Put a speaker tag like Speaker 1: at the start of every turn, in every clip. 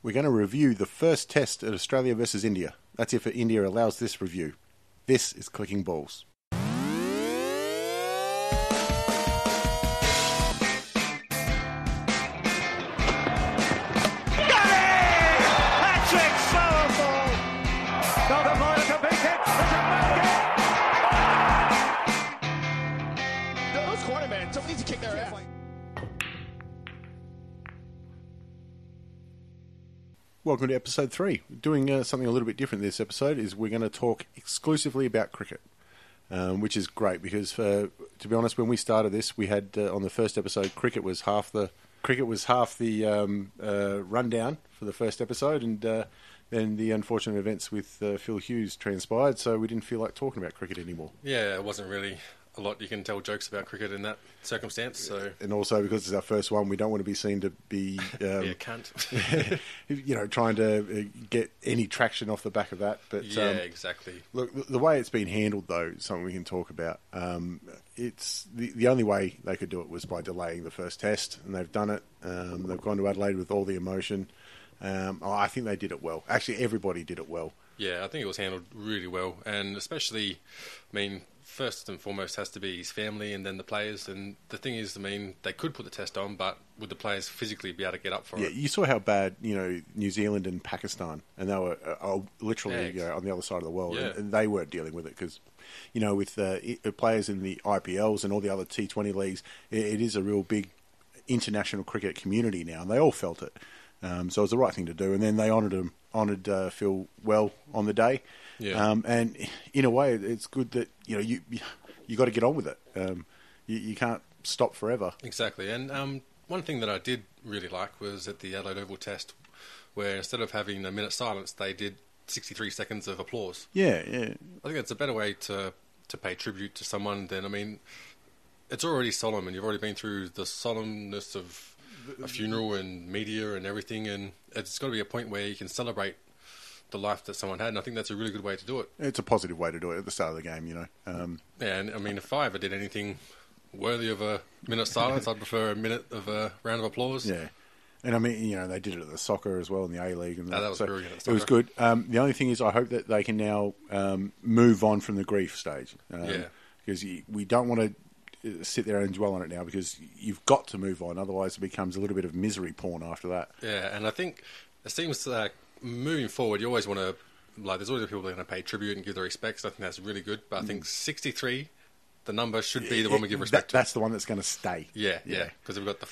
Speaker 1: We're going to review the first test at Australia versus India. That's if India allows this review. This is Clicking Balls.
Speaker 2: Patrick Sauerbrei. Not a minor to beat it. It's a man game.
Speaker 3: Those corner man, somebody needs to kick their ass.
Speaker 1: Welcome to episode three. Doing uh, something a little bit different this episode is we're going to talk exclusively about cricket, um, which is great because, uh, to be honest, when we started this, we had uh, on the first episode cricket was half the cricket was half the um, uh, rundown for the first episode, and uh, then the unfortunate events with uh, Phil Hughes transpired, so we didn't feel like talking about cricket anymore.
Speaker 4: Yeah, it wasn't really a lot you can tell jokes about cricket in that circumstance. So
Speaker 1: And also because it's our first one, we don't want to be seen to be um,
Speaker 4: yeah, cunt.
Speaker 1: you know, trying to uh, get any traction off the back of that. But
Speaker 4: yeah,
Speaker 1: um,
Speaker 4: exactly.
Speaker 1: look, the- the way it's been handled, though, is something we can talk about. Um, it's the, the only way they could do it was by delaying the first test, and they've done it. Um, they've gone to Adelaide with all the emotion. Um, I think they did it well. Actually, everybody did it well.
Speaker 4: Yeah, I think it was handled really well, and especially, I mean, first and foremost has to be his family, and then the players. And the thing is, I mean, they could put the test on, but would the players physically be able to get up for
Speaker 1: Yeah,
Speaker 4: it?
Speaker 1: you saw how bad you know New Zealand and Pakistan, and they were uh, oh, literally
Speaker 4: Yeah,
Speaker 1: you know, on the other side of the world,
Speaker 4: Yeah.
Speaker 1: and, and they weren't dealing with it because you know with uh, i- uh, players in the IPLs and all the other T20 leagues, it, it is a real big international cricket community now, and they all felt it. Um, so it was the right thing to do, and then they honoured him, honoured uh, Phil well on the day.
Speaker 4: Yeah.
Speaker 1: Um, and in a way, it's good that you know you you, you got to get on with it. Um, you, you can't stop forever.
Speaker 4: Exactly. And um, one thing that I did really like was at the Adelaide Oval Test, where instead of having a minute silence, they did 63 seconds of applause.
Speaker 1: Yeah, yeah.
Speaker 4: I think it's a better way to to pay tribute to someone than I mean, it's already solemn, and you've already been through the solemnness of a funeral and media and everything, and it's got to be a point where you can celebrate the life that someone had, and I think that's a really good way to do it.
Speaker 1: It's a positive way to do it at the start of the game, you know. Um,
Speaker 4: And I mean, if I ever did anything worthy of a minute silence, I'd prefer a minute of a round of applause.
Speaker 1: Yeah. And I mean, you know, they did it at the soccer as well in the A League, and
Speaker 4: No, that was
Speaker 1: so
Speaker 4: brilliant at
Speaker 1: It was
Speaker 4: soccer.
Speaker 1: good. Um, the only thing is, I hope that they can now um, move on from the grief stage, um,
Speaker 4: Yeah.
Speaker 1: because you- we don't want to sit there and dwell on it now, because you've got to move on. Otherwise, it becomes a little bit of misery porn after that.
Speaker 4: Yeah, and I think it seems like moving forward, you always want to like. There's always people that are going to pay tribute and give their respects. I think that's really good. But I think 63, the number should be the one we give
Speaker 1: Mm. That-
Speaker 4: respect to.
Speaker 1: that's the one that's going to stay.
Speaker 4: Yeah, yeah, because we've got the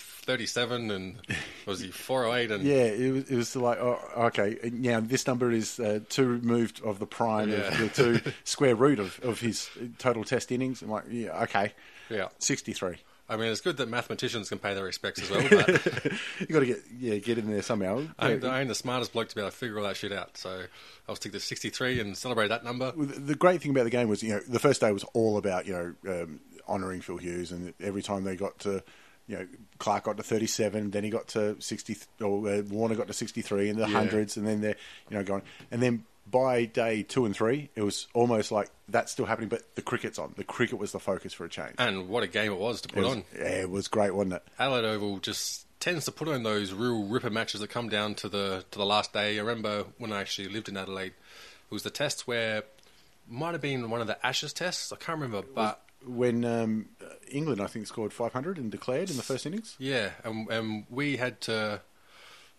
Speaker 4: 37 and what was he 408 and
Speaker 1: Yeah, it was, it was like, oh, okay, and now this number is uh, two removed of the prime
Speaker 4: Yeah.
Speaker 1: of the two square root of, of his total test innings. I'm like, yeah, okay.
Speaker 4: Yeah.
Speaker 1: 63.
Speaker 4: I mean, it's good that mathematicians can pay their respects as well. But
Speaker 1: you got to get yeah get in there somehow.
Speaker 4: I
Speaker 1: Yeah.
Speaker 4: ain't, I ain't the smartest bloke to be able to figure all that shit out. So I'll stick to 63 and celebrate that number.
Speaker 1: Well, the- the great thing about the game was you know the first day was all about you know um, honouring Phil Hughes, and every time they got to you know Clark got to thirty seven, then he got to sixty, or uh, Warner got to sixty three in the hundreds, and then they're you know going, and then by day two and three, it was almost like that's still happening, but the cricket's on. The cricket was the focus for a change.
Speaker 4: And what a game it was to
Speaker 1: It
Speaker 4: put
Speaker 1: was,
Speaker 4: on.
Speaker 1: yeah, it was great, wasn't it?
Speaker 4: Adelaide Oval just tends to put on those real ripper matches that come down to the to the last day. I remember when I actually lived in Adelaide, it was the test where might have been one of the Ashes tests. I can't remember, but
Speaker 1: When um, England, I think, scored five hundred and declared in the first innings.
Speaker 4: yeah, and and we had to.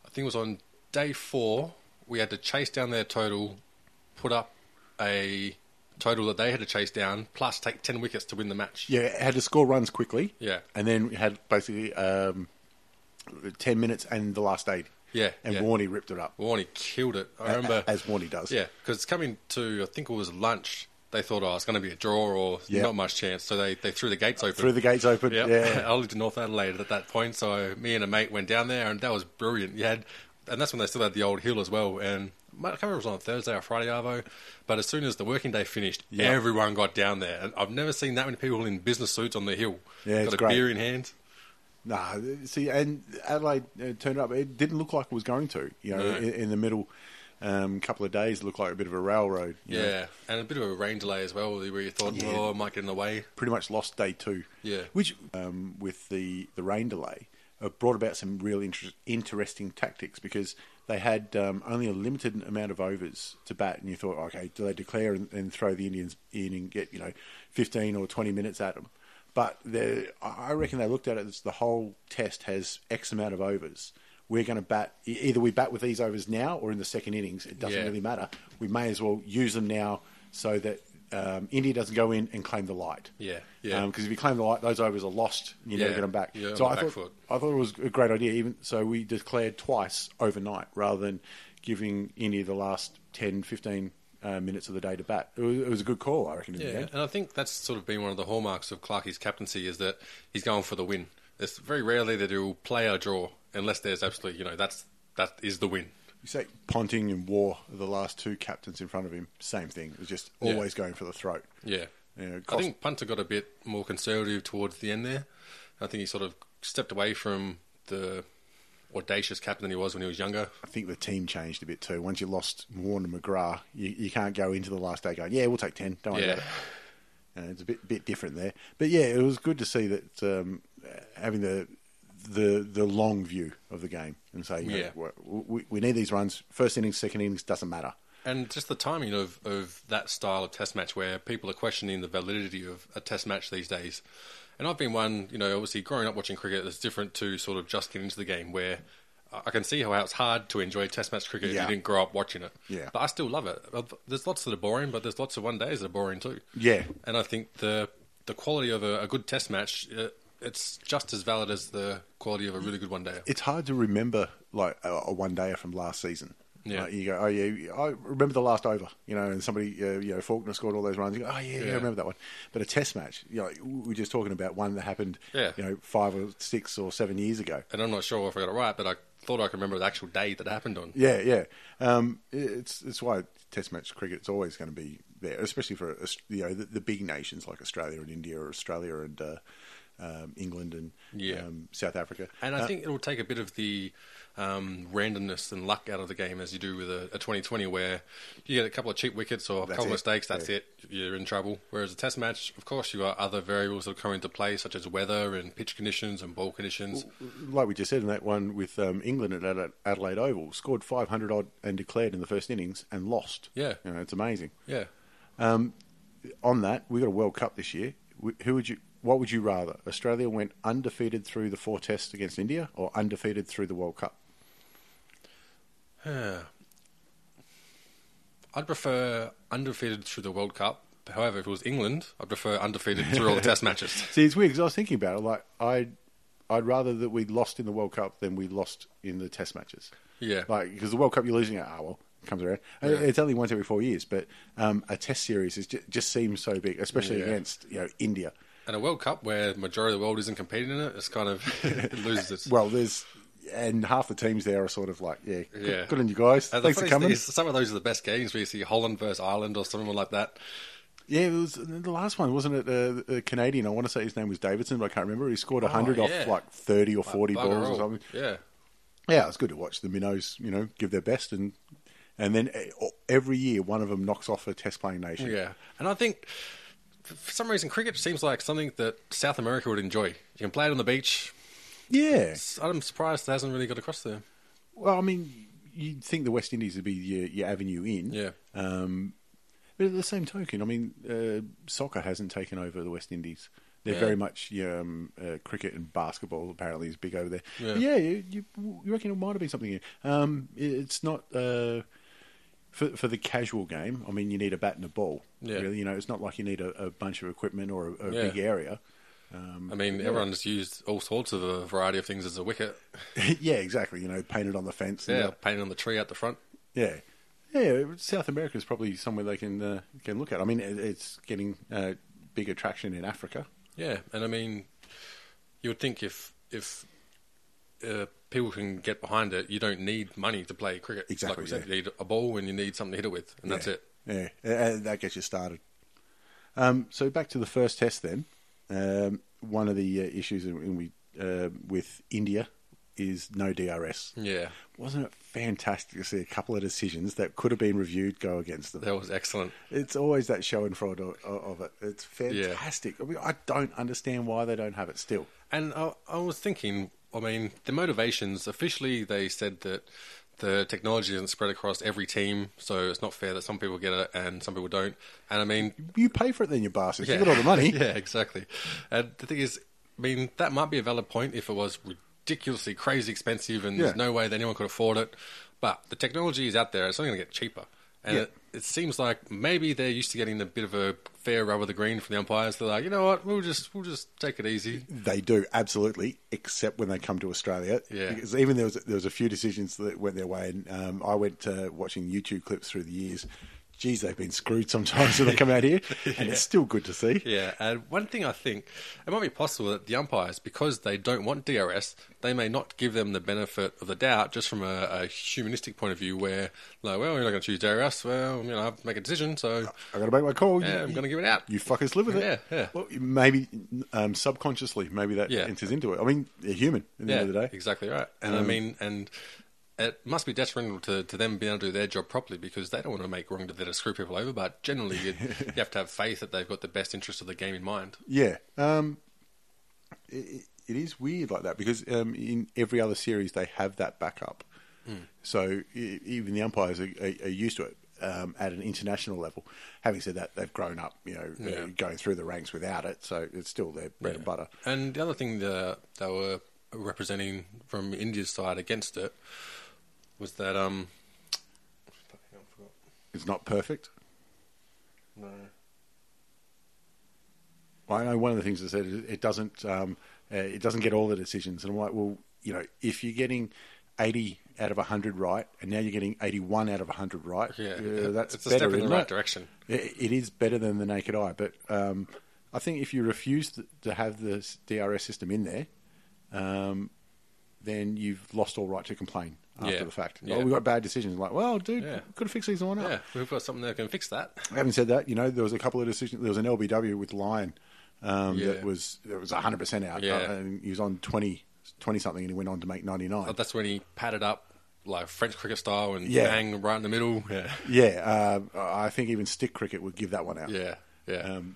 Speaker 4: I think it was on day four. We had to chase down their total, put up a total that they had to chase down, plus take ten wickets to win the match.
Speaker 1: Yeah, it had to score runs quickly.
Speaker 4: Yeah.
Speaker 1: and then it had basically um, ten minutes and the last eight.
Speaker 4: Yeah,
Speaker 1: and
Speaker 4: yeah.
Speaker 1: Warney ripped it up.
Speaker 4: Warney killed it. I remember
Speaker 1: as Warney does.
Speaker 4: Yeah, because coming to I think it was lunch, they thought, oh, it's going to be a draw or
Speaker 1: Yeah.
Speaker 4: not much chance. So they, they threw the gates open.
Speaker 1: Through the gates open.
Speaker 4: Yep.
Speaker 1: Yeah.
Speaker 4: I lived in North Adelaide at that point, so me and a mate went down there, and that was brilliant. You had, and that's when they still had the old hill as well. And I can't remember if it was on a Thursday or Friday Arvo, but as soon as the working day finished,
Speaker 1: Yeah.
Speaker 4: everyone got down there, and I've never seen that many people in business suits on the hill.
Speaker 1: Yeah,
Speaker 4: got
Speaker 1: it's
Speaker 4: a
Speaker 1: great.
Speaker 4: beer in hand.
Speaker 1: Nah, see, and Adelaide uh, turned up. It didn't look like it was going to. You know,
Speaker 4: No.
Speaker 1: in, in the middle um, couple of days, it looked like a bit of a railroad. you
Speaker 4: Yeah.
Speaker 1: know.
Speaker 4: and a bit of a rain delay as well, where you thought,
Speaker 1: Yeah.
Speaker 4: oh, I might get in the way.
Speaker 1: pretty much lost day two.
Speaker 4: Yeah.
Speaker 1: Which, um, with the, the rain delay, uh, brought about some real inter- interesting tactics because they had um, only a limited amount of overs to bat, and you thought, okay, do they declare and, and throw the Indians in and get you know fifteen or twenty minutes at them? But they- I I reckon they looked at it as the whole test has X amount of overs. We're going to bat e- either we bat with these overs now or in the second innings. It doesn't
Speaker 4: Yeah.
Speaker 1: really matter. We may as well use them now so that um, India doesn't go in and claim the light.
Speaker 4: Yeah, yeah.
Speaker 1: Because Um, if you claim the light, those overs are lost. You never
Speaker 4: Yeah,
Speaker 1: get them back.
Speaker 4: you're
Speaker 1: so
Speaker 4: on
Speaker 1: I
Speaker 4: the
Speaker 1: thought
Speaker 4: back foot.
Speaker 1: I thought it was a great idea. Even so, we declared twice overnight rather than giving India the last 10, 15 uh, minutes of the day to bat. It was, it was a good call, I reckon. In the
Speaker 4: Yeah,
Speaker 1: end.
Speaker 4: and I think that's sort of been one of the hallmarks of Clarkie's captaincy is that he's going for the win. It's very rarely that he'll play or draw unless there's absolutely, you know, that's that is the win.
Speaker 1: You say Ponting and War, are the last two captains in front of him, same thing. It was just
Speaker 4: Yeah.
Speaker 1: always going for the throat.
Speaker 4: Yeah.
Speaker 1: You know,
Speaker 4: I
Speaker 1: cost-
Speaker 4: think Punter got a bit more conservative towards the end there. I think he sort of stepped away from the audacious captain that he was when he was younger.
Speaker 1: I think the team changed a bit too. Once you lost Warner McGrath, you, you can't go into the last day going, yeah, we'll take 10. Don't worry
Speaker 4: Yeah.
Speaker 1: about it. Uh, it's a bit bit different there, but yeah, it was good to see that um, uh, having the the the long view of the game and say, you
Speaker 4: Yeah.
Speaker 1: know, we, we- we need these runs. First innings, second innings doesn't matter.
Speaker 4: And just the timing of, of that style of test match where people are questioning the validity of a test match these days. And I've been one, you know, obviously growing up watching cricket is different to sort of just getting into the game where I I can see how it's hard to enjoy test match cricket
Speaker 1: Yeah.
Speaker 4: if you didn't grow up watching it.
Speaker 1: Yeah.
Speaker 4: But I still love it. Uh, There's lots that are boring, but there's lots of one days that are boring too.
Speaker 1: Yeah.
Speaker 4: And I think the the quality of a, a good test match, uh, it's just as valid as the quality of a really good one day.
Speaker 1: It's hard to remember like a, a one dayer from last season.
Speaker 4: Yeah.
Speaker 1: Like, you go, oh yeah, I remember the last over, you know, and somebody, uh, you know, Faulkner scored all those runs. You go, oh yeah, yeah, I
Speaker 4: Yeah.
Speaker 1: remember that one. But a test match, you know, we we're just talking about one that happened,
Speaker 4: Yeah.
Speaker 1: you know, five or six or seven years ago.
Speaker 4: And I'm not sure if I got it right, but I thought I could remember the actual day that it happened on.
Speaker 1: Yeah, yeah. Um, it's it's why Test match cricket's always going to be there, especially for uh, you know the, the big nations like Australia and India, or Australia and uh, um, England and
Speaker 4: Yeah.
Speaker 1: um, South Africa.
Speaker 4: And I
Speaker 1: Uh,
Speaker 4: think it'll take a bit of the um, randomness and luck out of the game as you do with a, a 2020, where you get a couple of cheap wickets or a couple
Speaker 1: it.
Speaker 4: of mistakes, that's
Speaker 1: Yeah.
Speaker 4: it, you're in trouble. Whereas a test match, of course, you got other variables that come into play, such as weather and pitch conditions and ball conditions.
Speaker 1: like we just said in that one with um, England at Adela- Adelaide Oval, scored five hundred odd and declared in the first innings and lost.
Speaker 4: Yeah.
Speaker 1: you know, it's amazing.
Speaker 4: Yeah.
Speaker 1: On that, we got a World Cup this year. Wh- Who would you? What would you rather? Australia went undefeated through the four tests against India, or undefeated through the World Cup?
Speaker 4: Yeah. I'd prefer undefeated through the World Cup. However, if it was England, I'd prefer undefeated through all the test matches.
Speaker 1: See, it's weird because I was thinking about it. Like, I'd I'd rather that we lost in the World Cup than we lost in the Test matches.
Speaker 4: Yeah.
Speaker 1: like because the World Cup you're losing at, ah well, it comes around. And
Speaker 4: Yeah.
Speaker 1: It's only once every four years, but um, a Test series is just, just seems so big, especially
Speaker 4: Yeah.
Speaker 1: against you know India.
Speaker 4: And a World Cup where the majority of the world isn't competing in it, it's kind of, it loses its.
Speaker 1: Well, there's and half the teams there are sort of like yeah, good-
Speaker 4: Yeah.
Speaker 1: good on you guys.
Speaker 4: And Uh, the
Speaker 1: Thanks for
Speaker 4: funniest
Speaker 1: coming.
Speaker 4: thing is, some of those are the best games where you see Holland versus Ireland or someone like that.
Speaker 1: Yeah, it was the last one, wasn't it? Uh, a Canadian. I want to say his name was Davidson, but I can't remember. He scored hundred
Speaker 4: Oh, yeah.
Speaker 1: off like thirty or forty
Speaker 4: Bugger
Speaker 1: balls or
Speaker 4: all.
Speaker 1: something.
Speaker 4: Yeah.
Speaker 1: yeah, it's good to watch the minnows, you know, give their best, and and then eh, every year one of them knocks off a test playing nation.
Speaker 4: Yeah. And I think for some reason cricket seems like something that South America would enjoy. You can play it on the beach.
Speaker 1: yeah.
Speaker 4: I'm surprised it hasn't really got across there.
Speaker 1: Well, I mean, you'd think the West Indies would be your, your avenue in.
Speaker 4: Yeah.
Speaker 1: Um, but at the same token, I mean, uh, soccer hasn't taken over the West Indies. They're
Speaker 4: Yeah.
Speaker 1: very much yeah, um, uh, cricket and basketball apparently is big over there.
Speaker 4: Yeah.
Speaker 1: But yeah, you, you, you reckon it might have been something. Here. Um, it- it's not uh, for for the casual game. I mean, you need a bat and a ball.
Speaker 4: Yeah.
Speaker 1: Really, you know, it's not like you need a, a bunch of equipment or a, a
Speaker 4: Yeah.
Speaker 1: big area.
Speaker 4: I mean, everyone's used all sorts of a variety of things as a wicket.
Speaker 1: yeah, exactly. You know, painted on the fence.
Speaker 4: Yeah.
Speaker 1: And,
Speaker 4: Painting on the tree out the front.
Speaker 1: yeah, yeah. Yeah, South America is probably somewhere they can uh, can look at. I mean, it, it's getting uh, big attraction in Africa.
Speaker 4: Yeah, and I mean, you would think if if uh, people can get behind it, you don't need money to play cricket.
Speaker 1: Exactly,
Speaker 4: Like we said,
Speaker 1: yeah.
Speaker 4: you need a ball and you need something to hit it with, and that's
Speaker 1: yeah.
Speaker 4: it.
Speaker 1: Yeah, and that gets you started. Um, so back to the first test then. Um, one of the uh, issues in, in we uh, with India is no DRS.
Speaker 4: Yeah,
Speaker 1: Wasn't it fantastic to see a couple of decisions that could have been reviewed go against them?
Speaker 4: that was excellent.
Speaker 1: It's always that show and fraud of, of it. It's
Speaker 4: Yeah.
Speaker 1: fantastic. I mean, I don't understand why they don't have it still.
Speaker 4: And I, I was thinking, I mean, the motivations officially they said that the technology isn't spread across every team, so it's not fair that some people get it and some people don't. And I mean,
Speaker 1: You pay for it, then you bastards.
Speaker 4: yeah.
Speaker 1: You got all the money.
Speaker 4: yeah, exactly. And the thing is, I mean, that might be a valid point if it was ridiculously crazy expensive and
Speaker 1: Yeah.
Speaker 4: there's no way that anyone could afford it. But the technology is out there; it's only going to get cheaper. And
Speaker 1: Yeah.
Speaker 4: it, it seems like maybe they're used to getting a bit of a fair rub of the green from the umpires. They're like, you know what, we'll just we'll just take it easy.
Speaker 1: They do absolutely, except when they come to Australia.
Speaker 4: Yeah.
Speaker 1: Because even there was there was a few decisions that went their way, and um, I went uh, watching YouTube clips through the years. Geez, they've been screwed sometimes when they come out here, and it's still good to see.
Speaker 4: Yeah, and one thing I think it might be possible that the umpires, because they don't want DRS, they may not give them the benefit of the doubt just from a, a humanistic point of view, where like, well, you're not going to choose DRS. Well, you know, I have to make a decision, so
Speaker 1: I got to make my call.
Speaker 4: yeah,
Speaker 1: You-
Speaker 4: I'm going to give it out.
Speaker 1: You fuckers live with it.
Speaker 4: Yeah, yeah.
Speaker 1: Well, maybe um, subconsciously, maybe that
Speaker 4: Yeah.
Speaker 1: enters into it. I mean, they're human at the
Speaker 4: yeah,
Speaker 1: end of the day. Um,
Speaker 4: exactly right. And I mean, and it must be detrimental to, to them being able to do their job properly because they don't want to make wrong to that screw people over. But generally, you, you have to have faith that they've got the best interest of the game in mind.
Speaker 1: Yeah. Um, it, it is weird like that because um, in every other series they have that backup.
Speaker 4: Hmm.
Speaker 1: So e- even the umpires are, are, are used to it um, at an international level. Having said that, they've grown up, you know, uh,
Speaker 4: Yeah.
Speaker 1: going through the ranks without it. So it's still their bread and
Speaker 4: Yeah.
Speaker 1: butter.
Speaker 4: And the other thing that they were representing from India's side against it was that um,
Speaker 1: It's not perfect. No. I know one of the things I said is it doesn't um, uh, it doesn't get all the decisions, and I'm like, well, you know, if you're getting 80 out of 100 right, and now you're getting 81 out of 100 right,
Speaker 4: yeah,
Speaker 1: uh, that's
Speaker 4: it's a
Speaker 1: better,
Speaker 4: step in the
Speaker 1: isn't
Speaker 4: right
Speaker 1: it?
Speaker 4: direction.
Speaker 1: It, it is better than the naked eye, but um, I think if you refuse to, to have the DRS system in there, um, then you've lost all right to complain after
Speaker 4: Yeah.
Speaker 1: the fact.
Speaker 4: Yeah.
Speaker 1: Oh, we got bad decisions. Like, well, dude,
Speaker 4: Yeah.
Speaker 1: could have fixed these on up.
Speaker 4: Yeah, we've got something that can fix that.
Speaker 1: Having said that, you know there was a couple of decisions. There was an LBW with Lyon um,
Speaker 4: Yeah.
Speaker 1: that was that was hundred percent out,
Speaker 4: Yeah.
Speaker 1: uh, and he was on 20, 20 something, and he went on to make ninety nine.
Speaker 4: But that's when he padded up like French cricket style and
Speaker 1: Yeah.
Speaker 4: bang right in the middle. Yeah,
Speaker 1: yeah, uh, I think even stick cricket would give that one out.
Speaker 4: yeah, yeah.
Speaker 1: Um,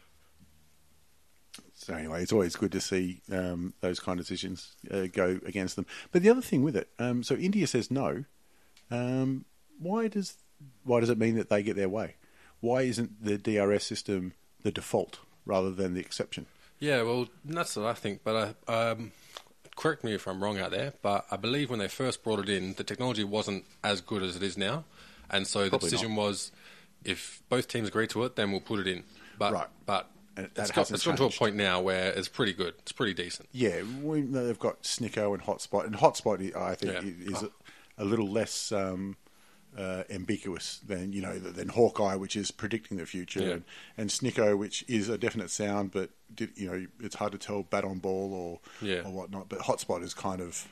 Speaker 1: so anyway, it's always good to see um, those kind of decisions uh, go against them. But the other thing with it, um, so India says no. Um, why does why does it mean that they get their way? Why isn't the DRS system the default rather than the exception?
Speaker 4: Yeah, well, that's what I think. But I, um, correct me if I'm wrong out there, but I believe when they first brought it in, the technology wasn't as good as it is now, and so
Speaker 1: Probably
Speaker 4: the decision was, if both teams agree to it, then we'll put it in. But
Speaker 1: Right.
Speaker 4: but
Speaker 1: And that
Speaker 4: it's, got,
Speaker 1: hasn't
Speaker 4: it's gone to a
Speaker 1: changed.
Speaker 4: point now where it's pretty good. It's pretty decent.
Speaker 1: Yeah, we, no, they've got Snicko and Hotspot, and Hotspot I I think
Speaker 4: Yeah. Oh.
Speaker 1: is a, a little less um, uh, ambiguous than you know than Hawkeye, which is predicting the future,
Speaker 4: Yeah.
Speaker 1: and, and Snicko, which is a definite sound, but did, you know it's hard to tell bat on ball or
Speaker 4: Yeah.
Speaker 1: or whatnot. But Hotspot is kind of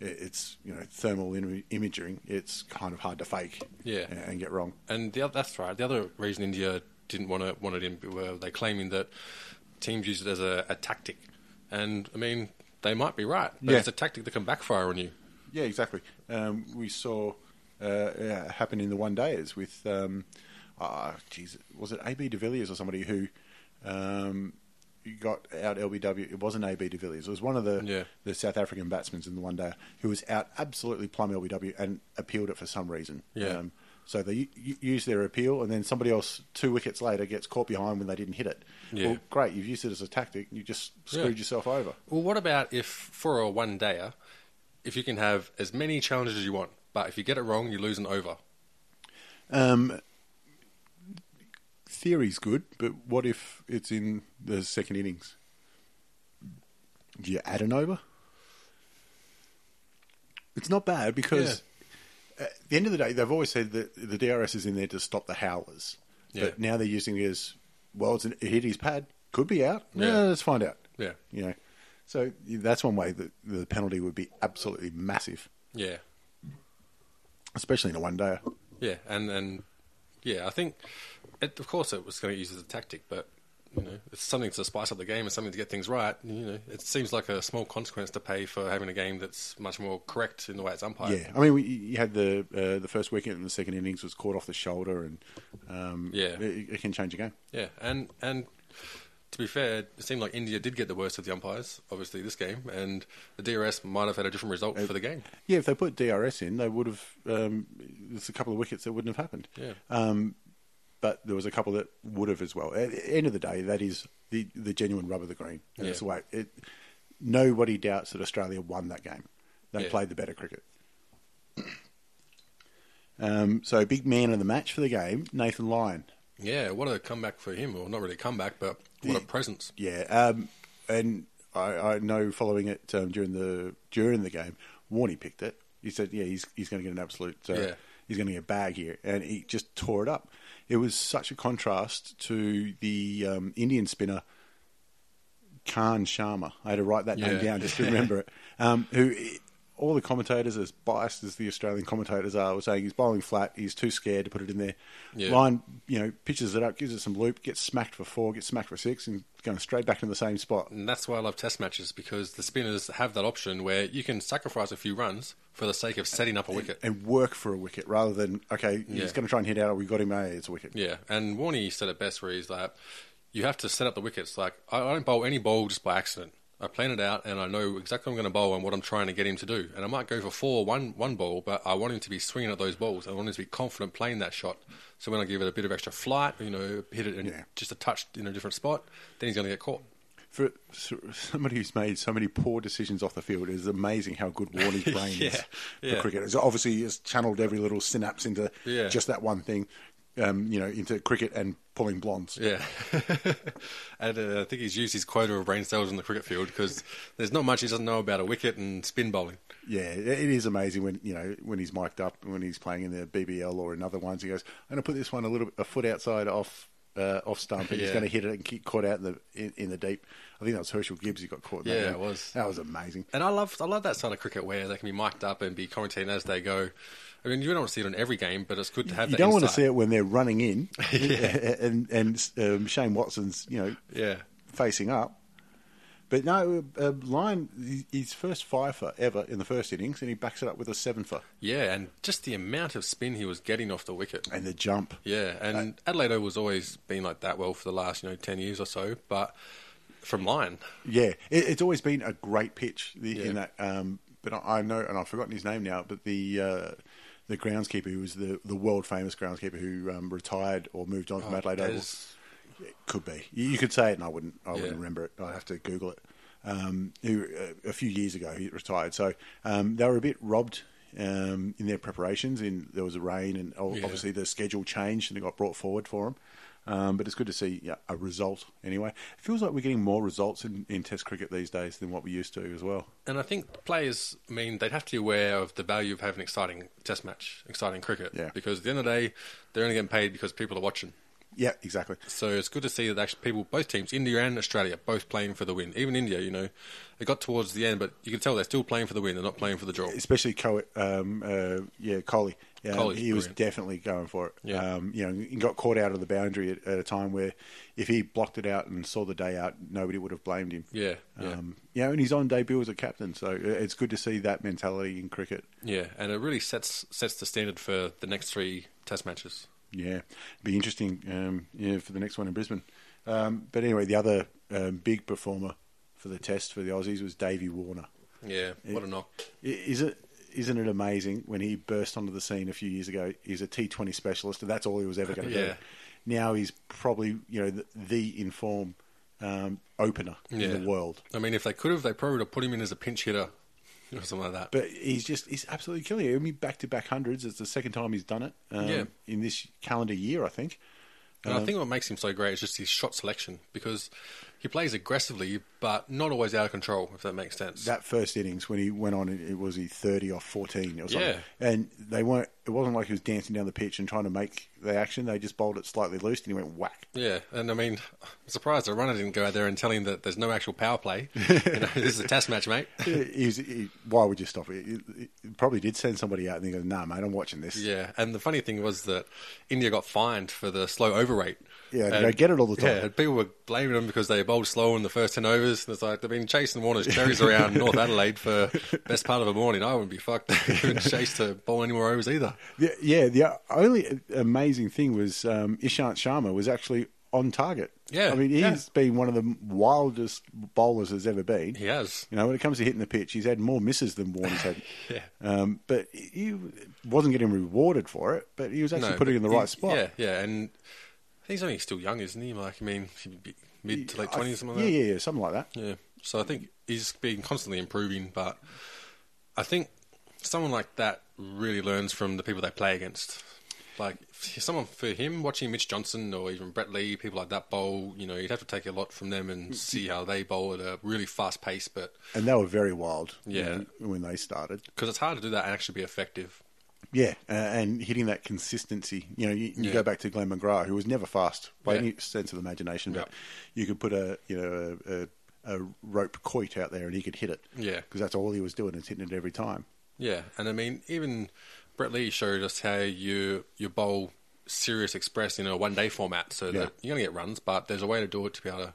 Speaker 1: it- it's you know thermal im- imaging. It's kind of hard to fake,
Speaker 4: Yeah.
Speaker 1: and, and get wrong.
Speaker 4: And the other, that's right. The other reason India didn't want to want it in were they claiming that teams use it as a, a tactic, and I mean they might be right, but
Speaker 1: Yeah.
Speaker 4: it's a tactic that can backfire on you.
Speaker 1: Yeah, exactly. Um, we saw uh, uh, happen in the one days with, um, ah, jeez, was it AB de Villiers or somebody who um, got out LBW? It wasn't AB de Villiers. It was one of the
Speaker 4: Yeah.
Speaker 1: the South African batsmen in the one day who was out absolutely plumb LBW and appealed it for some reason. Um,
Speaker 4: Yeah.
Speaker 1: so they u- u- use their appeal, and then somebody else two wickets later gets caught behind when they didn't hit it.
Speaker 4: Yeah.
Speaker 1: Well, great, you've used it as a tactic. You just screwed
Speaker 4: Yeah.
Speaker 1: yourself over.
Speaker 4: Well, what about if for a one dayer, if you can have as many challenges as you want, but if you get it wrong, you lose an over.
Speaker 1: Um, theory's good, but what if it's in the second innings? Do you add an over? It's not bad because at the end of the day, they've always said that the DRS is in there to stop the howlers.
Speaker 4: Yeah.
Speaker 1: But now they're using it as well. It's an, it hit his pad. Could be out. No,
Speaker 4: Yeah.
Speaker 1: no, let's find out.
Speaker 4: Yeah.
Speaker 1: You know, so that's one way that the penalty would be absolutely massive,
Speaker 4: Yeah,
Speaker 1: especially in a one day.
Speaker 4: yeah, and and yeah, I think it, of course it was going to use as a tactic, but you know, it's something to spice up the game and something to get things right. You know, it seems like a small consequence to pay for having a game that's much more correct in the way it's umpired.
Speaker 1: Yeah, I mean, we, you had the uh, the first wicket and the second innings was caught off the shoulder, and um,
Speaker 4: Yeah.
Speaker 1: it, it can change a game.
Speaker 4: Yeah, and and to be fair, it seemed like India did get the worst of the umpires, obviously this game, and the DRS might have had a different result for the game.
Speaker 1: Yeah, if they put DRS in, they would have. Um, there's a couple of wickets that wouldn't have happened.
Speaker 4: Yeah.
Speaker 1: Um, but there was a couple that would have as well. At the end of the day, that is the the genuine rub of the green. And That's the
Speaker 4: Yeah.
Speaker 1: way it. Nobody doubts that Australia won that game. They
Speaker 4: Yeah.
Speaker 1: played the better cricket. Um, so big man of the match for the game, Nathan Lyon.
Speaker 4: Yeah, what a comeback for him, or not really a comeback, but what a
Speaker 1: Yeah.
Speaker 4: presence.
Speaker 1: Yeah, um, and I, I know following it um, during the during the game, Warney picked it. He said, "Yeah, he's he's going to get an absolute, uh,
Speaker 4: Yeah.
Speaker 1: he's going to get a bag here," and he just tore it up. It was such a contrast to the um, Indian spinner Khan Sharma. I had to write that name
Speaker 4: Yeah.
Speaker 1: down just to remember it. Um, who all the commentators, as biased as the Australian commentators are, were saying he's bowling flat. He's too scared to put it in there.
Speaker 4: Yeah.
Speaker 1: Lyon, you know, pitches it up, gives it some loop, gets smacked for four, gets smacked for six, and going straight back into the same spot.
Speaker 4: And that's why I love test matches because the spinners have that option where you can sacrifice a few runs for the sake of setting up a wicket.
Speaker 1: And work for a wicket rather than okay,
Speaker 4: Yeah.
Speaker 1: he's going to try and hit out. We got him. Hey, it's a wicket.
Speaker 4: Yeah, and Warney said it best where he's like, you have to set up the wickets. Like, I, I don't bowl any ball just by accident. I plan it out and I know exactly what I'm going to bowl and what I'm trying to get him to do. And I might go for four, one, one ball, but I want him to be swinging at those balls. I want him to be confident playing that shot. So when I give it a bit of extra flight, you know, hit it in
Speaker 1: Yeah.
Speaker 4: just a touch in a different spot, then he's going to get caught.
Speaker 1: For for somebody who's made so many poor decisions off the field, it is amazing how good Warney's brain is
Speaker 4: Yeah,
Speaker 1: for
Speaker 4: yeah.
Speaker 1: cricket. It's obviously he's channeled every little synapse into
Speaker 4: Yeah.
Speaker 1: just that one thing, um, you know, into cricket and pulling blondes.
Speaker 4: Yeah, and uh, I think he's used his quota of brain cells on the cricket field because there's not much he doesn't know about a wicket and spin bowling.
Speaker 1: Yeah, it it is amazing when you know when he's mic'd up when he's playing in the BBL or in other ones. He goes, "I'm going to put this one a little bit, a foot outside off uh, off stump, and he's
Speaker 4: Yeah.
Speaker 1: going to hit it and get caught out in the in, in the deep." I think that was Herschel Gibbs who got caught. In that
Speaker 4: Yeah,
Speaker 1: one.
Speaker 4: it was.
Speaker 1: That was amazing.
Speaker 4: And I love I love that side of cricket where they can be mic'd up and be commentating as they go. I mean, you don't want to see it on every game, but it's good to have
Speaker 1: You
Speaker 4: that.
Speaker 1: don't want to
Speaker 4: insight.
Speaker 1: see it when they're running in, and and um, Shane Watson's you know
Speaker 4: Yeah,
Speaker 1: facing up. But no, uh, Lyon his first fifer ever in the first innings, and he backs it up with a seven for
Speaker 4: yeah, and just the amount of spin he was getting off the wicket.
Speaker 1: and the jump.
Speaker 4: Yeah, and Adelaide Oval's always been like that. Well, for the last you know ten years or so, but from Lyon,
Speaker 1: Yeah, it, it's always been a great pitch the,
Speaker 4: Yeah.
Speaker 1: in that. Um, but I, I know, and I've forgotten his name now. But the uh, the groundskeeper who was the the world famous groundskeeper who um, retired or moved on from Adelaide Oval
Speaker 4: Oh, Des.
Speaker 1: It could be. You, you could say it, and I wouldn't. I
Speaker 4: Yeah.
Speaker 1: wouldn't remember it. I have to Google it. Um, who uh, a few years ago he retired, so um, they were a bit robbed. Um, in their preparations, in there was a rain, and o-
Speaker 4: Yeah.
Speaker 1: obviously the schedule changed and it got brought forward for them. Um, but it's good to see yeah, a result anyway. It feels like we're getting more results in, in Test cricket these days than what we used to as well.
Speaker 4: And I think players, I mean, they'd have to be aware of the value of having exciting test match, exciting cricket.
Speaker 1: Yeah.
Speaker 4: Because at the end of the day, they're only getting paid because people are watching.
Speaker 1: Yeah, exactly.
Speaker 4: So it's good to see that actually people, both teams, India and Australia, both playing for the win. Even India, you know, it got towards the end, but you can tell they're still playing for the win. They're not playing for the draw.
Speaker 1: especially Co- um, uh, yeah, Coley. Um,
Speaker 4: Coley's
Speaker 1: he was
Speaker 4: brilliant.
Speaker 1: definitely going for it.
Speaker 4: Yeah.
Speaker 1: Um, you know, he got caught out of the boundary at, at a time where if he blocked it out and saw the day out, nobody would have blamed him.
Speaker 4: Yeah, yeah.
Speaker 1: Um, you know, and he's on debut as a captain, so it- it's good to see that mentality in cricket.
Speaker 4: Yeah, and it really sets sets the standard for the next three test matches.
Speaker 1: Yeah, be interesting. Um, yeah, for the next one in Brisbane. Um, but anyway, the other um, big performer for the test for the Aussies was Davey Warner.
Speaker 4: Yeah, what a knock.
Speaker 1: I- Is it? Isn't it amazing when he burst onto the scene a few years ago? He's a T20 specialist, and that's all he was ever going to do.
Speaker 4: Yeah.
Speaker 1: Now he's probably you know the, the inform um, opener in
Speaker 4: Yeah.
Speaker 1: the world.
Speaker 4: I mean, if they could have, they probably would have put him in as a pinch hitter or something like that.
Speaker 1: But he's just he's absolutely killing it. I mean, back to back hundreds. It's the second time he's done it um,
Speaker 4: Yeah.
Speaker 1: in this calendar year, I think. Mm-hmm.
Speaker 4: And I think what makes him so great is just his shot selection because he plays aggressively, but not always out of control. If that makes sense.
Speaker 1: that first innings when he went on, it it was he thirty or fourteen or something.
Speaker 4: Yeah.
Speaker 1: And they weren't. It wasn't like he was dancing down the pitch and trying to make the action. They just bowled it slightly loose, and he went whack.
Speaker 4: yeah, and I mean, I'm surprised the runner didn't go out there and tell him that there's no actual power play. you know, this is a test match, mate.
Speaker 1: He's- he- why would you stop it? He- he probably did send somebody out, and he goes, "Nah, mate, I'm watching this."
Speaker 4: Yeah, and the funny thing was that India got fined for the slow over rate.
Speaker 1: Yeah,
Speaker 4: And-
Speaker 1: they don't get it all the time.
Speaker 4: Yeah, and people were blaming them because they bowled slow in the first 10 overs. And it's like they've been chasing Warner's cherries around North Adelaide for best part of a morning. I wouldn't be fucked if I chased to bowl any more overs either.
Speaker 1: The, yeah, the only amazing thing was um, Ishant Sharma was actually on target.
Speaker 4: Yeah,
Speaker 1: I mean, he's
Speaker 4: yeah.
Speaker 1: been one of the wildest bowlers there's ever been.
Speaker 4: He has.
Speaker 1: You know, when it comes to hitting the pitch, he's had more misses than Warner's had.
Speaker 4: Yeah.
Speaker 1: Um, but he wasn't getting rewarded for it, but he was actually
Speaker 4: No,
Speaker 1: putting
Speaker 4: but
Speaker 1: it in the
Speaker 4: he-
Speaker 1: right spot.
Speaker 4: Yeah, yeah. And I think he's only still young, isn't he? Like, I mean, he'd be mid to late
Speaker 1: I-
Speaker 4: 20s, something like that.
Speaker 1: Yeah, yeah, yeah, something like that.
Speaker 4: Yeah. So I think he's been constantly improving, but I think someone like that really learns from the people they play against. Like f- someone for him watching Mitch Johnson or even Brett Lee, people like that bowl, you know, you'd have to take a lot from them
Speaker 1: Mm,
Speaker 4: and see how they bowl at a really fast pace. But
Speaker 1: And they were very wild
Speaker 4: Yeah.
Speaker 1: when, when they started.
Speaker 4: because it's hard to do that and actually be effective.
Speaker 1: Yeah, uh, and hitting that consistency. You know, you, you
Speaker 4: Yeah.
Speaker 1: go back to Glenn McGrath, who was never fast by
Speaker 4: Yeah.
Speaker 1: any sense of imagination, but
Speaker 4: Yeah.
Speaker 1: you could put a you know a, a, a rope quoit out there and he could hit it.
Speaker 4: Yeah.
Speaker 1: because that's all he was doing is hitting it every time.
Speaker 4: Yeah, and I mean, even Brett Lee showed us how you you bowl serious express in a one day format, so
Speaker 1: Yeah.
Speaker 4: that you're going to get runs, but there's a way to do it to be able to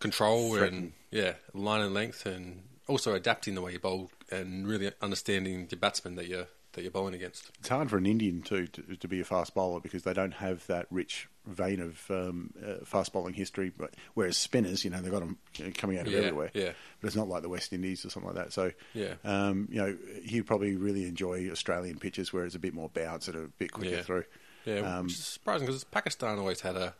Speaker 4: control and yeah, line and length, and also adapting the way you bowl and really understanding your batsman that you're that you're bowling against.
Speaker 1: It's hard for an Indian too to, to be a fast bowler because they don't have that rich vein of um, uh, fast bowling history. But whereas spinners, you know, they've got them coming out of
Speaker 4: Yeah,
Speaker 1: everywhere.
Speaker 4: yeah.
Speaker 1: But it's not like the West Indies or something like that. So
Speaker 4: Yeah.
Speaker 1: um, you know, he'd probably really enjoy Australian pitches where it's a bit more bounce and a bit quicker
Speaker 4: Yeah.
Speaker 1: through.
Speaker 4: Yeah,
Speaker 1: Um,
Speaker 4: which is surprising because Pakistan always had a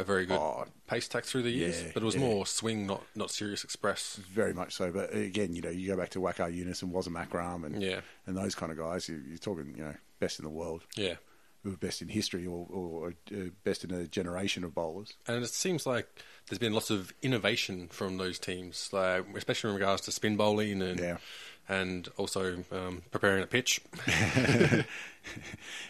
Speaker 4: a very good
Speaker 1: Oh,
Speaker 4: pace attack through the years,
Speaker 1: yeah,
Speaker 4: but it was
Speaker 1: yeah.
Speaker 4: more swing, not not serious express.
Speaker 1: Very much so, but again, you know, you go back to Wakar Yunus and Wazim Akram and
Speaker 4: Yeah.
Speaker 1: and those kind of guys. You, you're talking, you know, best in the world,
Speaker 4: Yeah,
Speaker 1: or best in history, or, or uh, best in a generation of bowlers.
Speaker 4: And it seems like there's been lots of innovation from those teams, like, especially in regards to spin bowling and
Speaker 1: Yeah.
Speaker 4: and also um, preparing a pitch.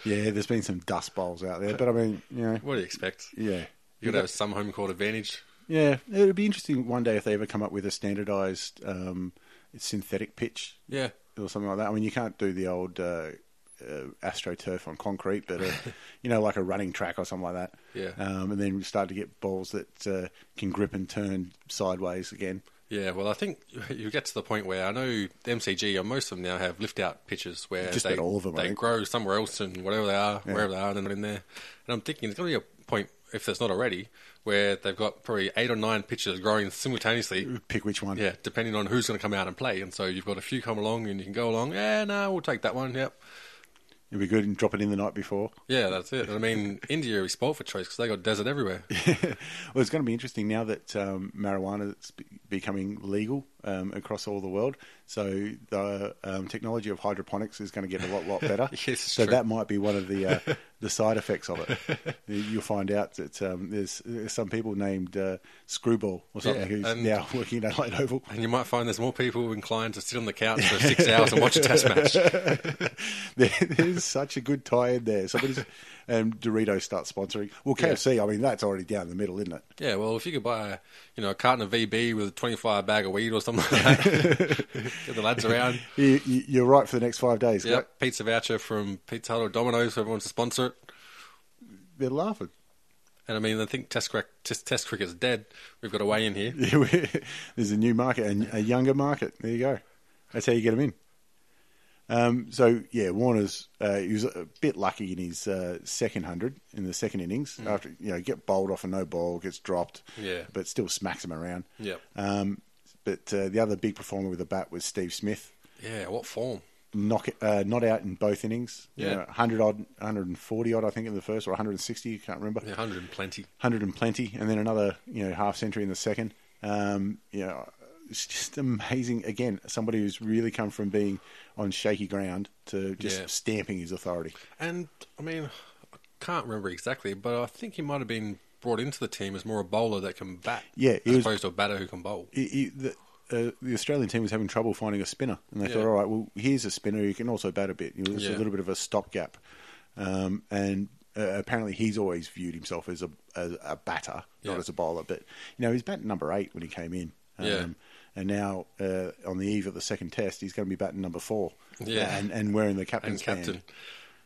Speaker 1: Yeah, there's been some dust bowls out there, but I mean, you know,
Speaker 4: What do you expect?
Speaker 1: yeah,
Speaker 4: You've got to have some home court advantage.
Speaker 1: yeah. It would be interesting one day if they ever come up with a standardised um, synthetic pitch
Speaker 4: Yeah.
Speaker 1: or something like that. I mean, you can't do the old uh, uh, astroturf on concrete, but uh, you know, like a running track or something like that.
Speaker 4: Yeah.
Speaker 1: Um, and then we start to get balls that uh, can grip and turn sideways again.
Speaker 4: Yeah, well, I think you get to the point where I know the MCG, or most of them now have lift out pitches where
Speaker 1: Just
Speaker 4: they,
Speaker 1: about all of them, I
Speaker 4: they
Speaker 1: think.
Speaker 4: grow somewhere else and whatever they are,
Speaker 1: Yeah.
Speaker 4: wherever they are, they're not in there. And I'm thinking there's going to be a point, if there's not already, where they've got probably eight or nine pitches growing simultaneously
Speaker 1: Pick which one.
Speaker 4: Yeah, depending on who's going to come out and play. And so you've got a few come along and you can go along, yeah, no, we'll take that one, yep.
Speaker 1: It'd be good and drop it in the night before.
Speaker 4: Yeah, that's it. I mean, India is spoiled for choice because they got desert everywhere.
Speaker 1: Well, it's going to be interesting now that um, marijuana is be- becoming legal um, across all the world. So the um, technology of hydroponics is going to get a lot, lot better.
Speaker 4: Yes, it's
Speaker 1: so
Speaker 4: true.
Speaker 1: that might be one of the uh, the side effects of it. You'll find out that um, there's, there's some people named uh, Screwball or something
Speaker 4: Yeah,
Speaker 1: who's
Speaker 4: and-
Speaker 1: now working at Adelaide Oval.
Speaker 4: And you might find there's more people inclined to sit on the couch for six hours and watch a test match.
Speaker 1: There, there's such a good tie in there. Somebody's um, Doritos start sponsoring. Well, KFC. I mean, that's already down the middle, isn't it?
Speaker 4: Yeah, well, if you could buy, you know, a carton of VB with a 25 bag of weed or something like that, get the lads around.
Speaker 1: You, you, you're right for the next five days.
Speaker 4: Yep,
Speaker 1: right?
Speaker 4: pizza voucher from Pizza Hut or Domino's for everyone to sponsor it.
Speaker 1: They're laughing.
Speaker 4: And I mean, I think Test, cric- test, test cricket's dead. We've got a way in here.
Speaker 1: Yeah, we- there's a new market and a younger market. There you go. That's how you get them in. Um, so yeah, Warner's uh, he was a bit lucky in his uh, second hundred in the second innings after you know get bowled off a no ball gets dropped,
Speaker 4: Mm. Yeah.
Speaker 1: but still smacks him around.
Speaker 4: Yep.
Speaker 1: Um, but uh, the other big performer with the bat was Steve Smith,
Speaker 4: Yeah, what form?
Speaker 1: knock uh, not out in both innings.
Speaker 4: Yeah.
Speaker 1: hundred odd, hundred and forty odd, I think in the first or hundred and sixty, can't remember
Speaker 4: Yeah, 100 and plenty.
Speaker 1: hundred and plenty, and then another you know half century in the second. Um, you know, it's just amazing. Again, somebody who's really come from being on shaky ground to just
Speaker 4: Yeah.
Speaker 1: stamping his authority.
Speaker 4: And I mean, I can't remember exactly, but I think he might have been brought into the team is more a bowler that can bat,
Speaker 1: Yeah, he
Speaker 4: as
Speaker 1: was-
Speaker 4: opposed to a batter who can bowl.
Speaker 1: he, he, the, uh, the Australian team was having trouble finding a spinner, and they
Speaker 4: Yeah.
Speaker 1: thought, all right, well, here's a spinner who can also bat a bit. You know, it's
Speaker 4: Yeah.
Speaker 1: a little bit of a stopgap. Um, and uh, apparently, he's always viewed himself as a as a batter,
Speaker 4: Yeah.
Speaker 1: not as a bowler. But you know, he's batting number eight when he came in. Um,
Speaker 4: Yeah.
Speaker 1: And now, uh, on the eve of the second test, he's going to be batting number four.
Speaker 4: Yeah.
Speaker 1: And, and wearing the
Speaker 4: And
Speaker 1: captain's
Speaker 4: captain.
Speaker 1: band.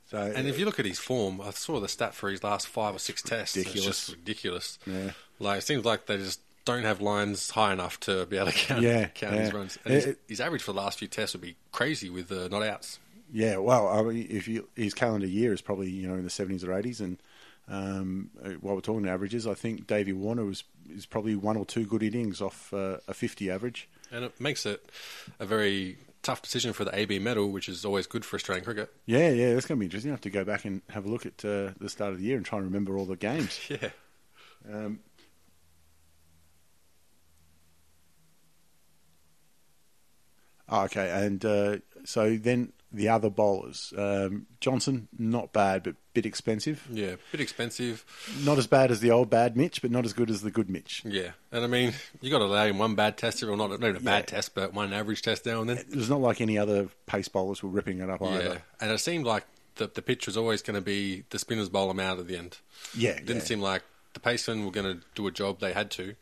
Speaker 1: So,
Speaker 4: And
Speaker 1: uh,
Speaker 4: if you look at his form, I saw the stat for his last five or six tests. and It's just ridiculous.
Speaker 1: Yeah.
Speaker 4: Like it seems like they just don't have lines high enough to be able to count,
Speaker 1: Yeah,
Speaker 4: count
Speaker 1: yeah.
Speaker 4: his runs. And
Speaker 1: It-
Speaker 4: his,
Speaker 1: it-
Speaker 4: his average for the last few tests would be crazy with uh, not outs.
Speaker 1: Yeah, well, I mean, if you his calendar year is probably you know in the seventies or eighties, and um, uh, while we're talking averages, I think Davey Warner was is probably one or two good innings off uh, a fifty average.
Speaker 4: And it makes it a very tough decision for the AB medal, which is always good for Australian cricket.
Speaker 1: Yeah, yeah, that's going to be interesting. I have to go back and have a look at uh, the start of the year and try and remember all the games.
Speaker 4: Yeah.
Speaker 1: Oh, okay, and uh, so then the other bowlers, um, Johnson, not bad, but bit expensive.
Speaker 4: Yeah. Bit expensive.
Speaker 1: Not as bad as the old bad Mitch, but not as good as the good Mitch.
Speaker 4: Yeah, and I mean, you got to allow him one bad test, or not, not even a bad test, but one average test now and then.
Speaker 1: It was not like any other pace bowlers were ripping it up
Speaker 4: Yeah,
Speaker 1: either.
Speaker 4: and it seemed like the the pitch was always going to be the spinners bowl them out at the end.
Speaker 1: Yeah,
Speaker 4: It didn't
Speaker 1: yeah.
Speaker 4: seem like the pacemen were going to do a job they had to,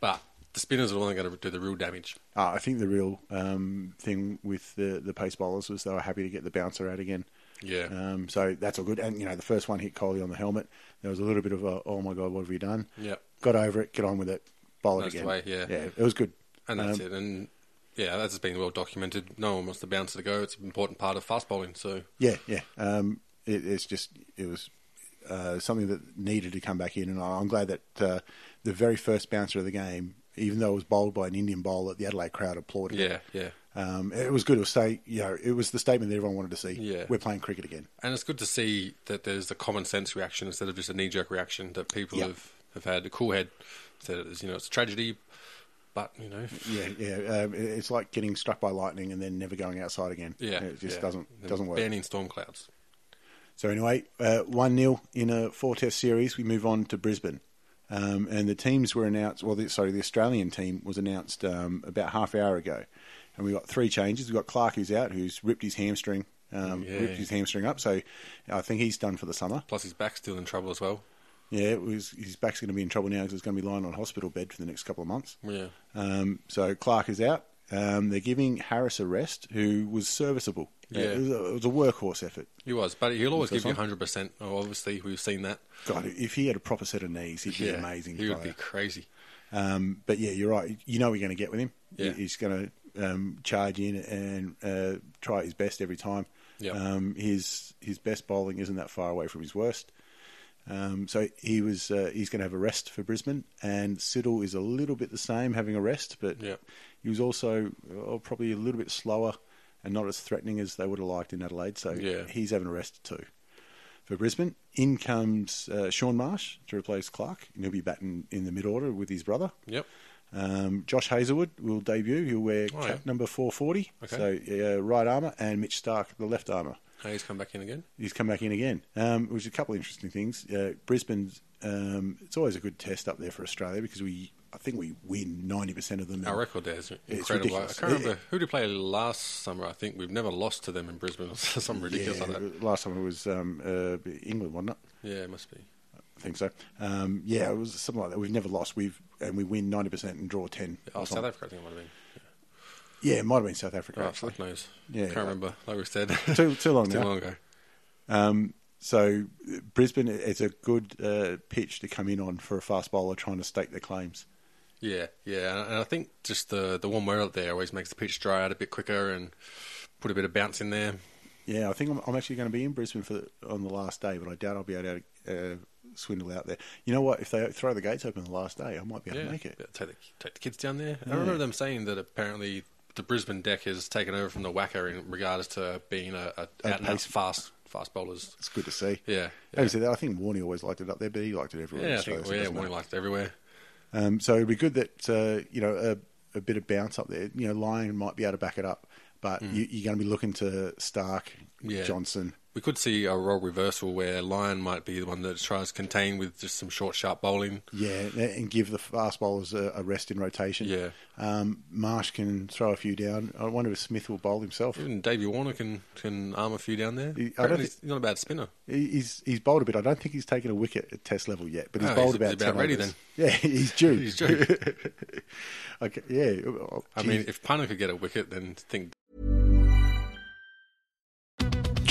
Speaker 4: but the spinners were only going to do the real damage.
Speaker 1: Ah, I think the real um, thing with the, the pace bowlers was they were happy to get the bouncer out again.
Speaker 4: Yeah.
Speaker 1: Um, so that's all good. And, you know, the first one hit Coley on the helmet. There was a little bit of a, oh my God, what have you done?
Speaker 4: Yep.
Speaker 1: Got over it, get on with it, bowl
Speaker 4: That's
Speaker 1: it again.
Speaker 4: the way, yeah.
Speaker 1: Yeah, it was good.
Speaker 4: And that's
Speaker 1: Um,
Speaker 4: it. And yeah, that's been well documented. No one wants the bouncer to go. It's an important part of fast bowling. So
Speaker 1: Yeah, yeah. Um, it, it's just, it was uh, something that needed to come back in. And I- I'm glad that uh, the very first bouncer of the game, even though it was bowled by an Indian bowler, the Adelaide crowd applauded. it.
Speaker 4: yeah, yeah.
Speaker 1: Um, it was good. It was say, you know, it was the statement that everyone wanted to see.
Speaker 4: Yeah.
Speaker 1: We're playing cricket again.
Speaker 4: And it's good to see that there's a common sense reaction instead of just a knee jerk reaction that people
Speaker 1: Yeah.
Speaker 4: have, have had. A cool head said it was, you know, it's a tragedy, but, you know,
Speaker 1: Yeah, yeah. Um, it- it's like getting struck by lightning and then never going outside again.
Speaker 4: yeah.
Speaker 1: it just
Speaker 4: yeah.
Speaker 1: doesn't
Speaker 4: And
Speaker 1: doesn't work.
Speaker 4: Banning storm clouds.
Speaker 1: So anyway, uh, one 0 in a four test series. We move on to Brisbane, um, and the teams were announced. Well, the, sorry, the Australian team was announced um, about half hour ago, and we got three changes. We got Clark who's out, who's ripped his hamstring, um,
Speaker 4: Yeah.
Speaker 1: ripped his hamstring up. So I think he's done for the summer.
Speaker 4: Plus, his back's still in trouble as well.
Speaker 1: Yeah, it was, his back's going to be in trouble now because he's going to be lying on a hospital bed for the next couple of months.
Speaker 4: Yeah.
Speaker 1: Um, so Clark is out. Um, they're giving Harris a rest, who was serviceable.
Speaker 4: Yeah.
Speaker 1: It, was a, it was a workhorse effort.
Speaker 4: He was, but he'll always
Speaker 1: That's
Speaker 4: give you
Speaker 1: fine.
Speaker 4: 100%. Oh, obviously, we've seen that.
Speaker 1: God, if he had a proper set of knees, he'd be
Speaker 4: Yeah.
Speaker 1: an amazing.
Speaker 4: He would be
Speaker 1: player.
Speaker 4: crazy.
Speaker 1: Um, but yeah, you're right. You know what you're going to get with him.
Speaker 4: Yeah.
Speaker 1: He- He's going to um, charge in and uh, try his best every time.
Speaker 4: Yeah.
Speaker 1: Um, his his best bowling isn't that far away from his worst. Um, so he was uh, he's going to have a rest for Brisbane, and Siddle is a little bit the same, having a rest, but
Speaker 4: Yeah.
Speaker 1: he was also oh, probably a little bit slower and not as threatening as they would have liked in Adelaide. So
Speaker 4: Yeah.
Speaker 1: he's having a rest too for Brisbane. In comes uh, Sean Marsh to replace Clark, and he'll be batting in the mid order with his brother.
Speaker 4: Yep.
Speaker 1: Um, Josh Hazlewood will debut. He'll wear
Speaker 4: Oh,
Speaker 1: cap
Speaker 4: yeah.
Speaker 1: number 440,
Speaker 4: Okay.
Speaker 1: so uh, right armour, and Mitch Stark, the left armour.
Speaker 4: Now he's come back in again.
Speaker 1: He's come back in again, um, which is a couple of interesting things. Uh, Brisbane's, um, it's always a good test up there for Australia because we, I think we win 90% of them.
Speaker 4: Our record there is incredible. I
Speaker 1: ridiculous.
Speaker 4: can't remember
Speaker 1: It-
Speaker 4: who did play last summer. I think we've never lost to them in Brisbane or something ridiculous
Speaker 1: Yeah,
Speaker 4: like that.
Speaker 1: last time it was um, uh, England, wasn't it?
Speaker 4: Yeah, it must be.
Speaker 1: I think so. Um, yeah, it was something like that. We've never lost. We've and we win ninety percent and draw ten. or
Speaker 4: Oh, South
Speaker 1: something.
Speaker 4: Africa, I think it might have been.
Speaker 1: Yeah, it might have been South Africa
Speaker 4: Oh,
Speaker 1: actually.
Speaker 4: fuck knows.
Speaker 1: Yeah.
Speaker 4: Can't remember. Like we said.
Speaker 1: Too- too long
Speaker 4: too
Speaker 1: now.
Speaker 4: long ago.
Speaker 1: So uh, Brisbane, it's a good uh, pitch to come in on for a fast bowler trying to stake their claims.
Speaker 4: Yeah, yeah. And- And I think just the, the warm weather up there always makes the pitch dry out a bit quicker and put a bit of bounce in there.
Speaker 1: Yeah, I think I'm, I'm actually going to be in Brisbane for the, on the last day, but I doubt I'll be able to uh, swindle out there. You know what? If they throw the gates open the last day, I might be able
Speaker 4: Yeah.
Speaker 1: to make it.
Speaker 4: Yeah, Take, the, take the kids down there. I remember them saying that apparently the Brisbane deck has taken over from the Wacker in regards to being a, a out and out
Speaker 1: pace-
Speaker 4: fast fast bowlers.
Speaker 1: It's good to see.
Speaker 4: Yeah,
Speaker 1: Having said that, I think Warney always liked it up there, but he liked it everywhere.
Speaker 4: Yeah,
Speaker 1: in
Speaker 4: I think,
Speaker 1: Australia, so
Speaker 4: well,
Speaker 1: it
Speaker 4: yeah,
Speaker 1: doesn't
Speaker 4: one
Speaker 1: matter.
Speaker 4: liked everywhere.
Speaker 1: Um, so it'd be good that uh, you know a, a bit of bounce up there. You know, Lyon might be able to back it up, but you, you're going to be looking to Stark,
Speaker 4: Mm. Yeah.
Speaker 1: Johnson,
Speaker 4: we could see a role reversal where Lyon might be the one that tries to contain with just some short, sharp bowling.
Speaker 1: Yeah, and give the fast bowlers a, a rest in rotation.
Speaker 4: Yeah.
Speaker 1: Um, Marsh can throw a few down. I wonder if Smith will bowl himself.
Speaker 4: Even Davey Warner can, can arm a few down there.
Speaker 1: He- I don't
Speaker 4: Apparently
Speaker 1: think-
Speaker 4: he's not a bad spinner.
Speaker 1: He- He's he's bowled a bit. I don't think he's taken a wicket at Test level yet, but he's
Speaker 4: No,
Speaker 1: bowled about
Speaker 4: he's- he's about
Speaker 1: 10
Speaker 4: ready
Speaker 1: overs.
Speaker 4: then.
Speaker 1: Yeah, he's due.
Speaker 4: He's due.
Speaker 1: okay, yeah. oh,
Speaker 4: I
Speaker 1: geez.
Speaker 4: mean, if Punter could get a wicket, then think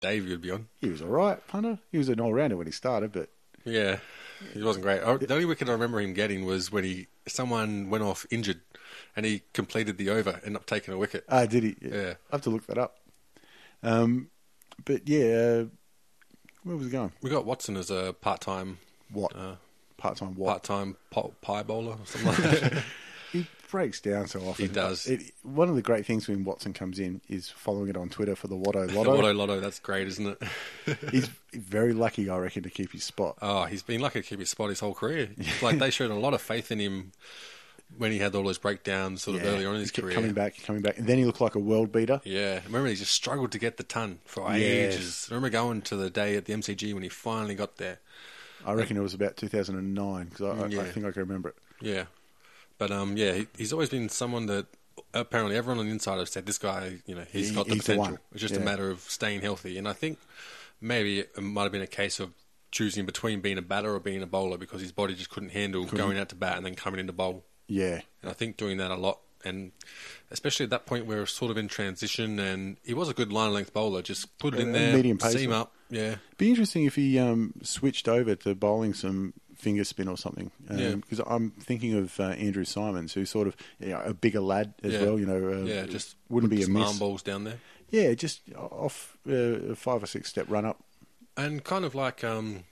Speaker 4: Davey would be on.
Speaker 1: he was all right, punter. He was an all rounder when he started, but
Speaker 4: Yeah, he wasn't great. I, the only wicket I remember him getting was when he someone went off injured, and he completed the over, ended up taking a wicket.
Speaker 1: ah, did he?
Speaker 4: Yeah.
Speaker 1: I have to look that up. Um, but yeah, uh, where was he going?
Speaker 4: We got Watson as a part-time,
Speaker 1: What part time? What
Speaker 4: Uh, part-time po- pie bowler or something like that.
Speaker 1: he breaks down so often.
Speaker 4: He does.
Speaker 1: It, one of the great things when Watson comes in is following it on Twitter for the Watto
Speaker 4: The
Speaker 1: Lotto.
Speaker 4: Lotto Lotto, that's great, isn't it?
Speaker 1: He's very lucky, I reckon, to keep his spot.
Speaker 4: Oh, he's been lucky to keep his spot his whole career. Like they showed a lot of faith in him when he had all those breakdowns sort of
Speaker 1: Yeah,
Speaker 4: earlier on in
Speaker 1: he
Speaker 4: his
Speaker 1: kept
Speaker 4: career.
Speaker 1: Coming back, coming back. And then he looked like a world beater.
Speaker 4: Yeah, remember he just struggled to get the ton for
Speaker 1: Yes.
Speaker 4: ages. I remember going to the day at the MCG when he finally got there.
Speaker 1: I reckon it was about 2009 because I, I, I
Speaker 4: Yeah.
Speaker 1: think I can remember it.
Speaker 4: Yeah, but um, yeah, he, he's always been someone that apparently everyone on the inside have said this guy, you know, he's
Speaker 1: He-
Speaker 4: got the
Speaker 1: he's the
Speaker 4: potential.
Speaker 1: one.
Speaker 4: It's just
Speaker 1: Yeah.
Speaker 4: a matter of staying healthy, and I think maybe it might have been a case of choosing between being a batter or being a bowler because his body just couldn't handle going out to bat and then coming into bowl.
Speaker 1: Yeah,
Speaker 4: And I think doing that a lot, and especially at that point where we're sort of in transition, and he was a good line length bowler. Just put it in
Speaker 1: A
Speaker 4: there,
Speaker 1: medium pacer.
Speaker 4: seam up, yeah.
Speaker 1: be interesting if he um, switched over to bowling some finger spin or something.
Speaker 4: Yeah.
Speaker 1: Because I'm thinking of uh, Andrew Simons, who's sort of you know, a bigger lad as
Speaker 4: Yeah.
Speaker 1: well. You know, uh,
Speaker 4: yeah, just
Speaker 1: wouldn't
Speaker 4: put
Speaker 1: be a
Speaker 4: some
Speaker 1: miss.
Speaker 4: arm balls down there.
Speaker 1: Yeah, just off uh, a five or six step run up.
Speaker 4: and kind of like um,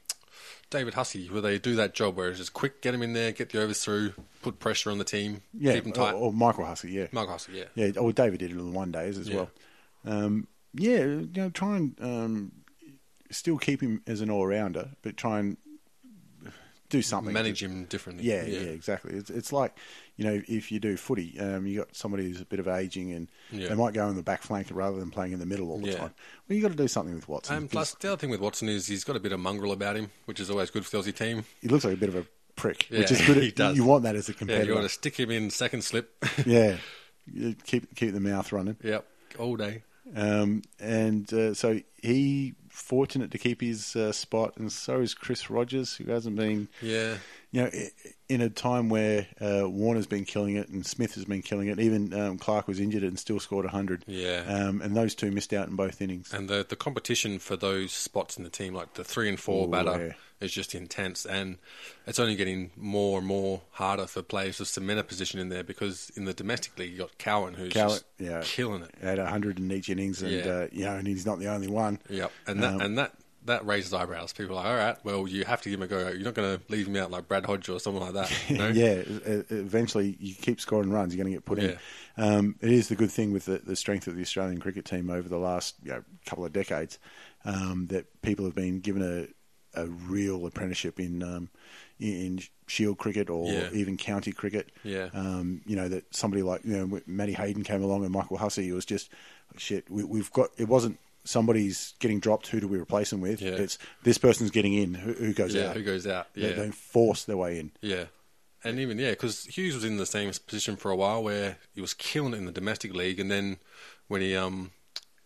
Speaker 4: David Hussey, where they do that job where it's just quick, get him in there, get the overs through, put pressure on the team,
Speaker 1: Yeah,
Speaker 4: keep them tight.
Speaker 1: Or, or Michael Hussey. Yeah,
Speaker 4: Mark Hussey, yeah.
Speaker 1: Yeah, or David did it on the one days as
Speaker 4: Yeah.
Speaker 1: well. Um, yeah, you know, try and um, still keep him as an all rounder, but try and do something.
Speaker 4: manage him differently.
Speaker 1: Yeah, yeah, exactly. It's, it's like you know, if you do footy, um, you got somebody who's a bit of aging, and
Speaker 4: Yeah.
Speaker 1: they might go in the back flank rather than playing in the middle all the
Speaker 4: Yeah.
Speaker 1: time. Well, you got to do something with Watson.
Speaker 4: And plus, the other thing with Watson is he's got a bit of mongrel about him, which is always good for the Aussie team.
Speaker 1: he looks like a bit of a prick, which
Speaker 4: Yeah,
Speaker 1: is good.
Speaker 4: he does.
Speaker 1: You want that as a
Speaker 4: Yeah, you
Speaker 1: competitor.
Speaker 4: want to stick him in second slip.
Speaker 1: yeah. You keep keep the mouth running.
Speaker 4: yep, all day.
Speaker 1: Um, and uh, so he fortunate to keep his uh, spot, and so is Chris Rogers, who hasn't been,
Speaker 4: Yeah,
Speaker 1: you know, i- in a time where uh, Warner's been killing it and Smith has been killing it. Even um, Clark was injured and still scored hundred.
Speaker 4: Yeah.
Speaker 1: um, and those two missed out in both innings.
Speaker 4: and the the competition for those spots in the team, like the three and four
Speaker 1: Ooh,
Speaker 4: batter,
Speaker 1: yeah.
Speaker 4: is just intense, and it's only getting more and more harder for players to cement a position in there because in the domestic league you got Cowan who's
Speaker 1: Cowan,
Speaker 4: just
Speaker 1: yeah.
Speaker 4: killing it.
Speaker 1: Had hundred in each innings, and
Speaker 4: Yeah.
Speaker 1: uh, you know, and he's not the only one.
Speaker 4: Yep, and
Speaker 1: Um,
Speaker 4: that and that that raises eyebrows. People are like, all right, well you have to give him a go. You're not going to leave him out like Brad Hodge or someone like that. you know?
Speaker 1: Yeah, e- eventually you keep scoring runs, you're going to get put
Speaker 4: Yeah.
Speaker 1: in. Um, it is the good thing with the, the strength of the Australian cricket team over the last you know, couple of decades um, that people have been given a a real apprenticeship in um, in Shield cricket or
Speaker 4: Yeah.
Speaker 1: even county cricket.
Speaker 4: Yeah.
Speaker 1: um, you know that somebody like you know Matty Hayden came along and Michael Hussey it was just shit. We, we've got it wasn't. Somebody's getting dropped. Who do we replace them with?
Speaker 4: Yeah.
Speaker 1: It's this person's getting in. Who, who goes
Speaker 4: Yeah,
Speaker 1: out?
Speaker 4: who goes out?
Speaker 1: They-
Speaker 4: Yeah.
Speaker 1: they force their way in.
Speaker 4: Yeah. And even, yeah, because Hughes was in the same position for a while where he was killing it in the domestic league. And then when he um,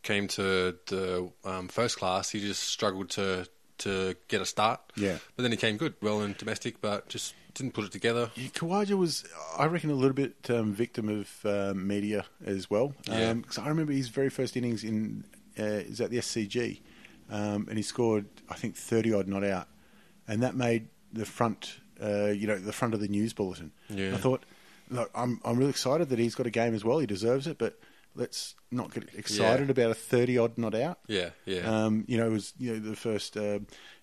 Speaker 4: came to the um, first class, he just struggled to, to get a start.
Speaker 1: Yeah.
Speaker 4: But then he came good, well in domestic, but just didn't put it together.
Speaker 1: Yeah, Kawaja was, I reckon, a little bit um, victim of um media as well.
Speaker 4: Yeah.
Speaker 1: Because I remember his very first innings in uh, is at the SCG, um, and he scored I think thirty odd not out, and that made the front, uh, you know, the front of the news bulletin.
Speaker 4: Yeah.
Speaker 1: I thought, look, I'm I'm really excited that he's got a game as well. He deserves it, but let's not get excited about a thirty odd not out.
Speaker 4: Yeah, yeah.
Speaker 1: Um, you know, it was you know the first uh,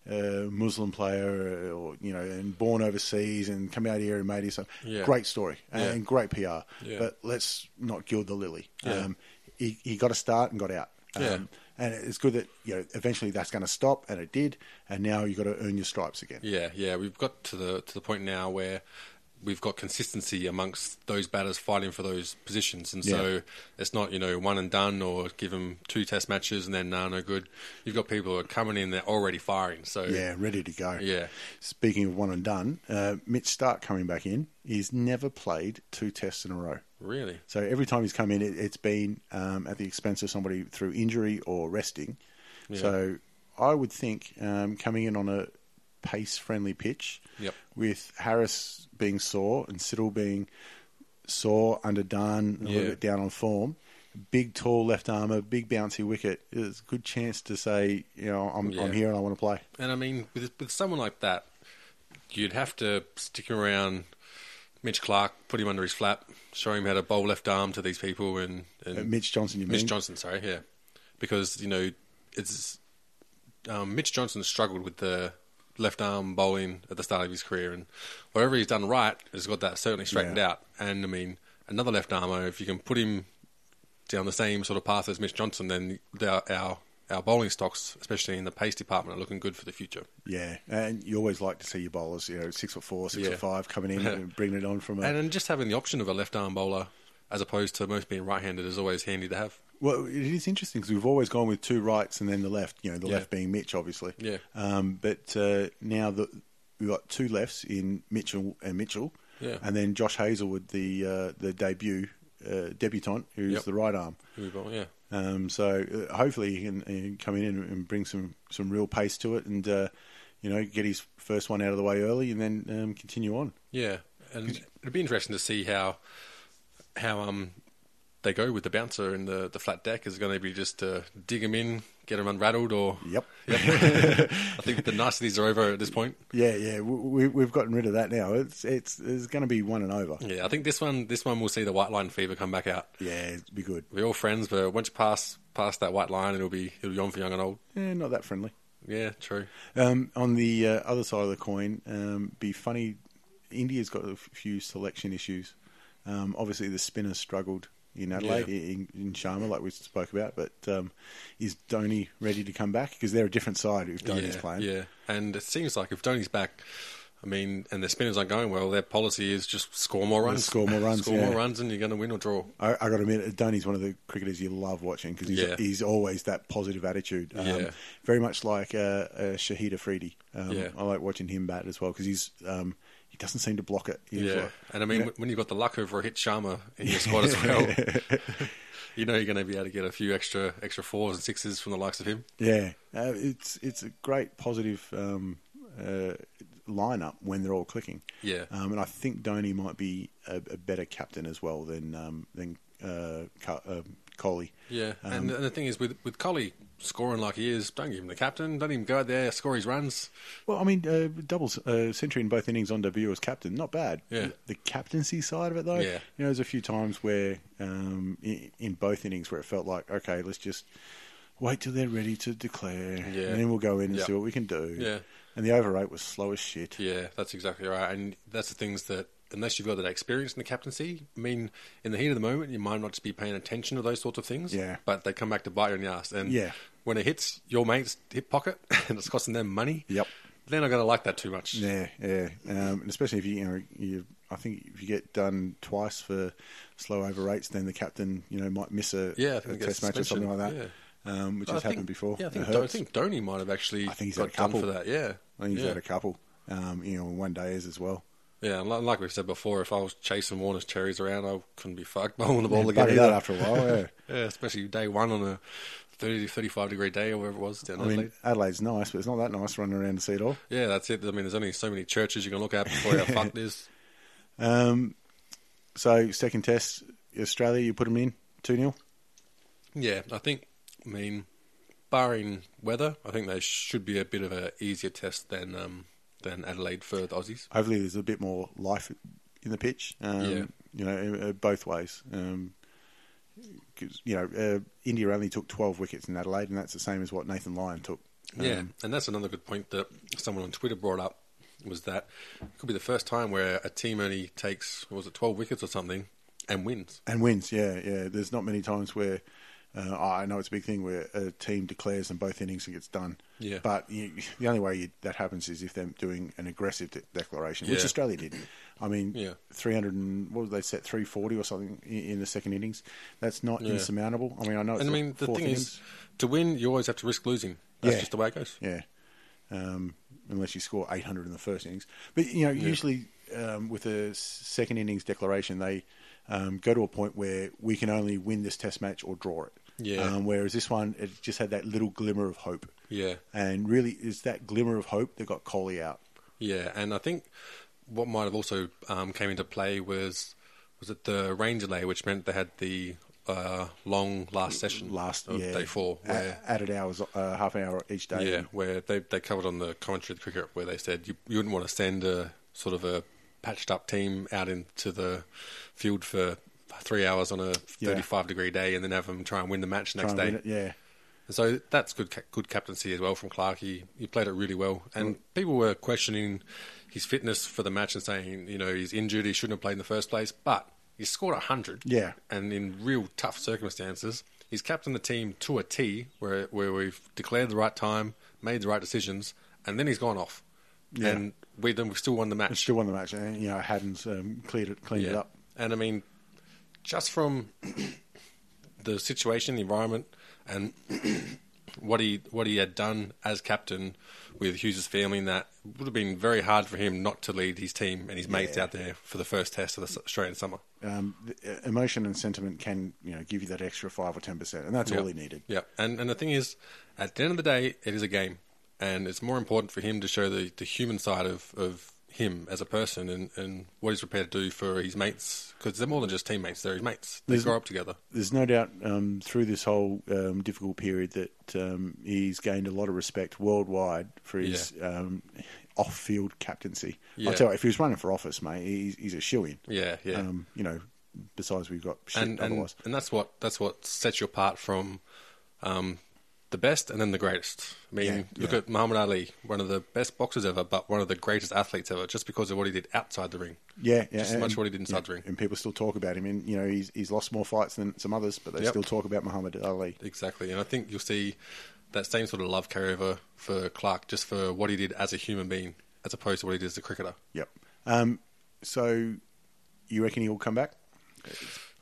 Speaker 1: uh, Muslim player, uh, or you know, and born overseas and come out here and made his own.
Speaker 4: Yeah.
Speaker 1: Great story and,
Speaker 4: Yeah.
Speaker 1: great PR.
Speaker 4: Yeah.
Speaker 1: But let's not gild the lily.
Speaker 4: Yeah.
Speaker 1: Um, he, he got a start and got out. Um,
Speaker 4: Yeah.
Speaker 1: And it's good that you know eventually that's going to stop, and it did. And now you've got to earn your stripes again.
Speaker 4: Yeah, yeah, we've got to the to the point now where we've got consistency amongst those batters fighting for those positions, and
Speaker 1: Yeah.
Speaker 4: so it's not you know one and done or give them two test matches and then nah, no good. You've got people who are coming in, they're already firing. So
Speaker 1: Yeah, ready to go.
Speaker 4: Yeah.
Speaker 1: Speaking of one and done, uh, Mitch Stark coming back in. He's never played two tests in a row.
Speaker 4: really,
Speaker 1: So every time he's come in, it, it's been um, at the expense of somebody through injury or resting. So I would think um, coming in on a pace-friendly pitch,
Speaker 4: Yep.
Speaker 1: with Harris being sore and Siddle being sore, underdone, a
Speaker 4: Yeah.
Speaker 1: little bit down on form, big, tall left armour, big bouncy wicket, it's a good chance to say, you know, I'm,
Speaker 4: Yeah.
Speaker 1: I'm here and I want to play.
Speaker 4: and I mean with with someone like that, you'd have to stick around. Mitch Clark, put him under his flap, show him how to bowl left arm to these people, and, and
Speaker 1: Uh, Mitch Johnson, you mean?
Speaker 4: Mitch Johnson, sorry, yeah, because you know it's um, Mitch Johnson struggled with the left arm bowling at the start of his career, and whatever he's done right has got that certainly straightened
Speaker 1: Yeah.
Speaker 4: out. And I mean, another left armer, if you can put him down the same sort of path as Mitch Johnson, then our our, our bowling stocks, especially in the pace department, are looking good for the future.
Speaker 1: Yeah, and you always like to see your bowlers, you know, six foot four, six
Speaker 4: Yeah.
Speaker 1: foot five, coming in and bringing it on from a.
Speaker 4: And, and just having the option of a left arm bowler as opposed to most being right-handed is always handy to have.
Speaker 1: Well, it is interesting because we've always gone with two rights and then the left. You know, the
Speaker 4: Yeah.
Speaker 1: left being Mitch, obviously.
Speaker 4: Yeah.
Speaker 1: Um, but uh, now that we've got two lefts in Mitchell and Mitchell,
Speaker 4: Yeah.
Speaker 1: and then Josh Hazelwood, the uh, the debut uh, debutant, who's
Speaker 4: Yep.
Speaker 1: the right arm.
Speaker 4: Who we bowl- Yeah.
Speaker 1: Um, so uh, hopefully he can, he can come in and, and bring some, some real pace to it, and uh, you know get his first one out of the way early, and then um, continue on.
Speaker 4: Yeah, and it'd be interesting to see how how um they go with the bouncer and the the flat deck. Is it going to be just uh, dig them in, get them unrattled, or
Speaker 1: Yep.
Speaker 4: I think the niceties are over at this point.
Speaker 1: Yeah, yeah, we, we- we've gotten rid of that now. It's it's, it's going to be one and over.
Speaker 4: Yeah, I think this one this one will see the white line fever come back out.
Speaker 1: Yeah, it'd be good.
Speaker 4: We're all friends, but once you pass past that white line, it'll be it'll be on for young and old.
Speaker 1: Eh, not that friendly.
Speaker 4: Yeah, true.
Speaker 1: Um, on the uh, other side of the coin, um, be funny. India's got a f- few selection issues. Um, obviously, the spinners struggled in Adelaide
Speaker 4: Yeah.
Speaker 1: in, in Sharma, like we spoke about. But um, is Dhoni ready to come back? Because they're a different side if Dhoni's
Speaker 4: yeah,
Speaker 1: playing.
Speaker 4: Yeah, and it seems like if Donny's back, I mean, and the spinners aren't going well, their policy is just score more runs,
Speaker 1: score more runs,
Speaker 4: score
Speaker 1: yeah.
Speaker 4: more runs, and you're going to win or draw.
Speaker 1: I, I got to admit, Dhoni's one of the cricketers you love watching because he's,
Speaker 4: Yeah.
Speaker 1: he's always that positive attitude. Um,
Speaker 4: Yeah.
Speaker 1: Very much like uh, uh, Shahid Afridi. Um,
Speaker 4: Yeah.
Speaker 1: I like watching him bat as well because he's um, he doesn't seem to block it. He's
Speaker 4: Yeah,
Speaker 1: like-
Speaker 4: and I mean, when you've got the luck over a hit Sharma in your squad as well, you know you're going to be able to get a few extra extra fours and sixes from the likes of him.
Speaker 1: yeah, uh, it's it's a great positive um, uh, lineup when they're all clicking.
Speaker 4: Yeah.
Speaker 1: um, and I think Dhoni might be a, a better captain as well than um, than uh, Ka- uh, Kohli.
Speaker 4: Yeah, and, and the thing is, with with Collie scoring like he is, don't give him the captain. Don't even go out there score his runs.
Speaker 1: Well, I mean, uh, double uh, century in both innings on debut as captain, not bad.
Speaker 4: Yeah.
Speaker 1: The captaincy side of it, though,
Speaker 4: Yeah.
Speaker 1: you know, there's a few times where um, in, in both innings where it felt like, okay, let's just wait till they're ready to declare,
Speaker 4: Yeah.
Speaker 1: and then we'll go in and
Speaker 4: Yeah.
Speaker 1: see what we can do.
Speaker 4: Yeah.
Speaker 1: And the over eight was slow as shit.
Speaker 4: Yeah, that's exactly right. And that's the things that, unless you've got that experience in the captaincy, I mean, in the heat of the moment, you might not just be paying attention to those sorts of things.
Speaker 1: Yeah.
Speaker 4: But they come back to bite you in the ass. And
Speaker 1: Yeah.
Speaker 4: when it hits your mate's hip pocket and it's costing them money,
Speaker 1: Yep.
Speaker 4: they're not going to like that too much.
Speaker 1: Yeah, yeah, um, and especially if you, you know, you, I think if you get done twice for slow over eights, then the captain, you know, might miss a,
Speaker 4: Yeah, I
Speaker 1: a
Speaker 4: think
Speaker 1: test
Speaker 4: that's
Speaker 1: match or something
Speaker 4: suspension,
Speaker 1: like that, um, which has
Speaker 4: I think-
Speaker 1: happened before.
Speaker 4: Yeah, I think,
Speaker 1: It
Speaker 4: Do- I
Speaker 1: hurts.
Speaker 4: think Donny might have actually
Speaker 1: I think he's had
Speaker 4: got
Speaker 1: a couple.
Speaker 4: done for that. Yeah.
Speaker 1: I think he's
Speaker 4: yeah.
Speaker 1: had a couple. Um, you know, one day is as well.
Speaker 4: yeah, and li- like we said before, if I was chasing Warner's cherries around, I couldn't be fucked bowling the ball
Speaker 1: Yeah,
Speaker 4: again.
Speaker 1: bugger that
Speaker 4: either.
Speaker 1: after a while. Yeah.
Speaker 4: Yeah, especially day one on a 30, 35 degree day or whatever it was down
Speaker 1: I mean,
Speaker 4: Adelaide.
Speaker 1: Adelaide's nice, but it's not that nice running around to see it all.
Speaker 4: Yeah, that's it. I mean, there's only so many churches you can look at before you're fucked is.
Speaker 1: Um, so second test, Australia, you put them in two 0
Speaker 4: Yeah, I think, I mean, barring weather, I think they should be a bit of a easier test than um, than Adelaide for the Aussies.
Speaker 1: Hopefully, there's a bit more life in the pitch. Um,
Speaker 4: Yeah.
Speaker 1: You know, uh, both ways. Um, 'Cause, you know, uh, India only took 12 wickets in Adelaide, and that's the same as what Nathan Lyon took. Um,
Speaker 4: Yeah, and that's another good point that someone on Twitter brought up was that it could be the first time where a team only takes what was it twelve wickets or something and wins.
Speaker 1: And wins, yeah, yeah. There's not many times where uh, I know it's a big thing where a team declares in both innings and gets done.
Speaker 4: Yeah.
Speaker 1: But you, the only way you, that happens is if they're doing an aggressive de- declaration, which
Speaker 4: Yeah.
Speaker 1: Australia did. I mean,
Speaker 4: Yeah.
Speaker 1: 300 and what did they set 340 or something in, in the second innings? That's not
Speaker 4: Yeah.
Speaker 1: insurmountable. I mean, I know. It's
Speaker 4: And I mean, the
Speaker 1: fourth
Speaker 4: thing
Speaker 1: innings.
Speaker 4: is, to win, you always have to risk losing. That's
Speaker 1: Yeah.
Speaker 4: just the way it goes.
Speaker 1: Yeah. Um, unless you score 800 in the first innings. But, you know, usually um, with a s- second innings declaration, they um, go to a point where we can only win this test match or draw it.
Speaker 4: Yeah.
Speaker 1: Um, whereas this one, it just had that little glimmer of hope.
Speaker 4: Yeah.
Speaker 1: And really, it's that glimmer of hope that got Coley out.
Speaker 4: Yeah, and I think what might have also um, came into play was was it the rain delay, which meant they had the uh, long last session
Speaker 1: Last
Speaker 4: of
Speaker 1: yeah,
Speaker 4: day four,
Speaker 1: a-
Speaker 4: where
Speaker 1: added hours, uh, half an hour each day.
Speaker 4: Yeah, where they they covered on the commentary of the cricket where they said you, you wouldn't want to send a sort of a patched up team out into the field for three hours on a
Speaker 1: Yeah.
Speaker 4: 35 degree day and then have them try and win the match the
Speaker 1: Try
Speaker 4: next
Speaker 1: and win
Speaker 4: day.
Speaker 1: it, yeah.
Speaker 4: So that's good ca- good captaincy as well from Clark. He, he played it really well.
Speaker 1: Mm.
Speaker 4: And people were questioning his fitness for the match and saying, you know, he's injured, he shouldn't have played in the first place. But he scored 100.
Speaker 1: Yeah.
Speaker 4: And in real tough circumstances, he's captained the team to a T where, where we've declared the right time, made the right decisions, and then he's gone off.
Speaker 1: Yeah.
Speaker 4: And we, then we've still won the match.
Speaker 1: Still won the match. And, you know, Haddon's um, cleared it, cleaned it
Speaker 4: Yeah.
Speaker 1: up.
Speaker 4: And I mean, just from the situation, the environment, and what he what he had done as captain with Hughes' family, and that it would have been very hard for him not to lead his team and his mates out there for the first test of the Australian summer.
Speaker 1: um, the- uh, emotion and sentiment can you know give you that extra five or ten percent, and that's all he needed.
Speaker 4: Yeah, and and the thing is, at the end of the day, it is a game, and it's more important for him to show the, the human side of, of him as a person and, and what he's prepared to do for his mates because they're more than just teammates; they're his mates. They
Speaker 1: There's-
Speaker 4: grow up together.
Speaker 1: There's no doubt um, through this whole um, difficult period that um, he's gained a lot of respect worldwide for his um, off-field captaincy.
Speaker 4: Yeah.
Speaker 1: I tell you, if he was running for office, mate, he's, he's a shoo-in.
Speaker 4: Yeah, yeah.
Speaker 1: Um, you know, besides we've got shit
Speaker 4: and, and
Speaker 1: otherwise.
Speaker 4: and that's what that's what sets you apart from um, the best and then the greatest. I mean,
Speaker 1: Yeah,
Speaker 4: look
Speaker 1: yeah.
Speaker 4: at Muhammad Ali, one of the best boxers ever, but one of the greatest athletes ever, just because of what he did outside the ring.
Speaker 1: yeah, yeah,
Speaker 4: just as
Speaker 1: and-
Speaker 4: much what he did inside
Speaker 1: yeah,
Speaker 4: the ring.
Speaker 1: and people still talk about him. And you know, he's he's lost more fights than some others, but they
Speaker 4: Yep.
Speaker 1: still talk about Muhammad Ali.
Speaker 4: Exactly, and I think you'll see that same sort of love carryover for Clark, just for what he did as a human being, as opposed to what he did as a cricketer.
Speaker 1: Yep. Um, so, you reckon he'll come back?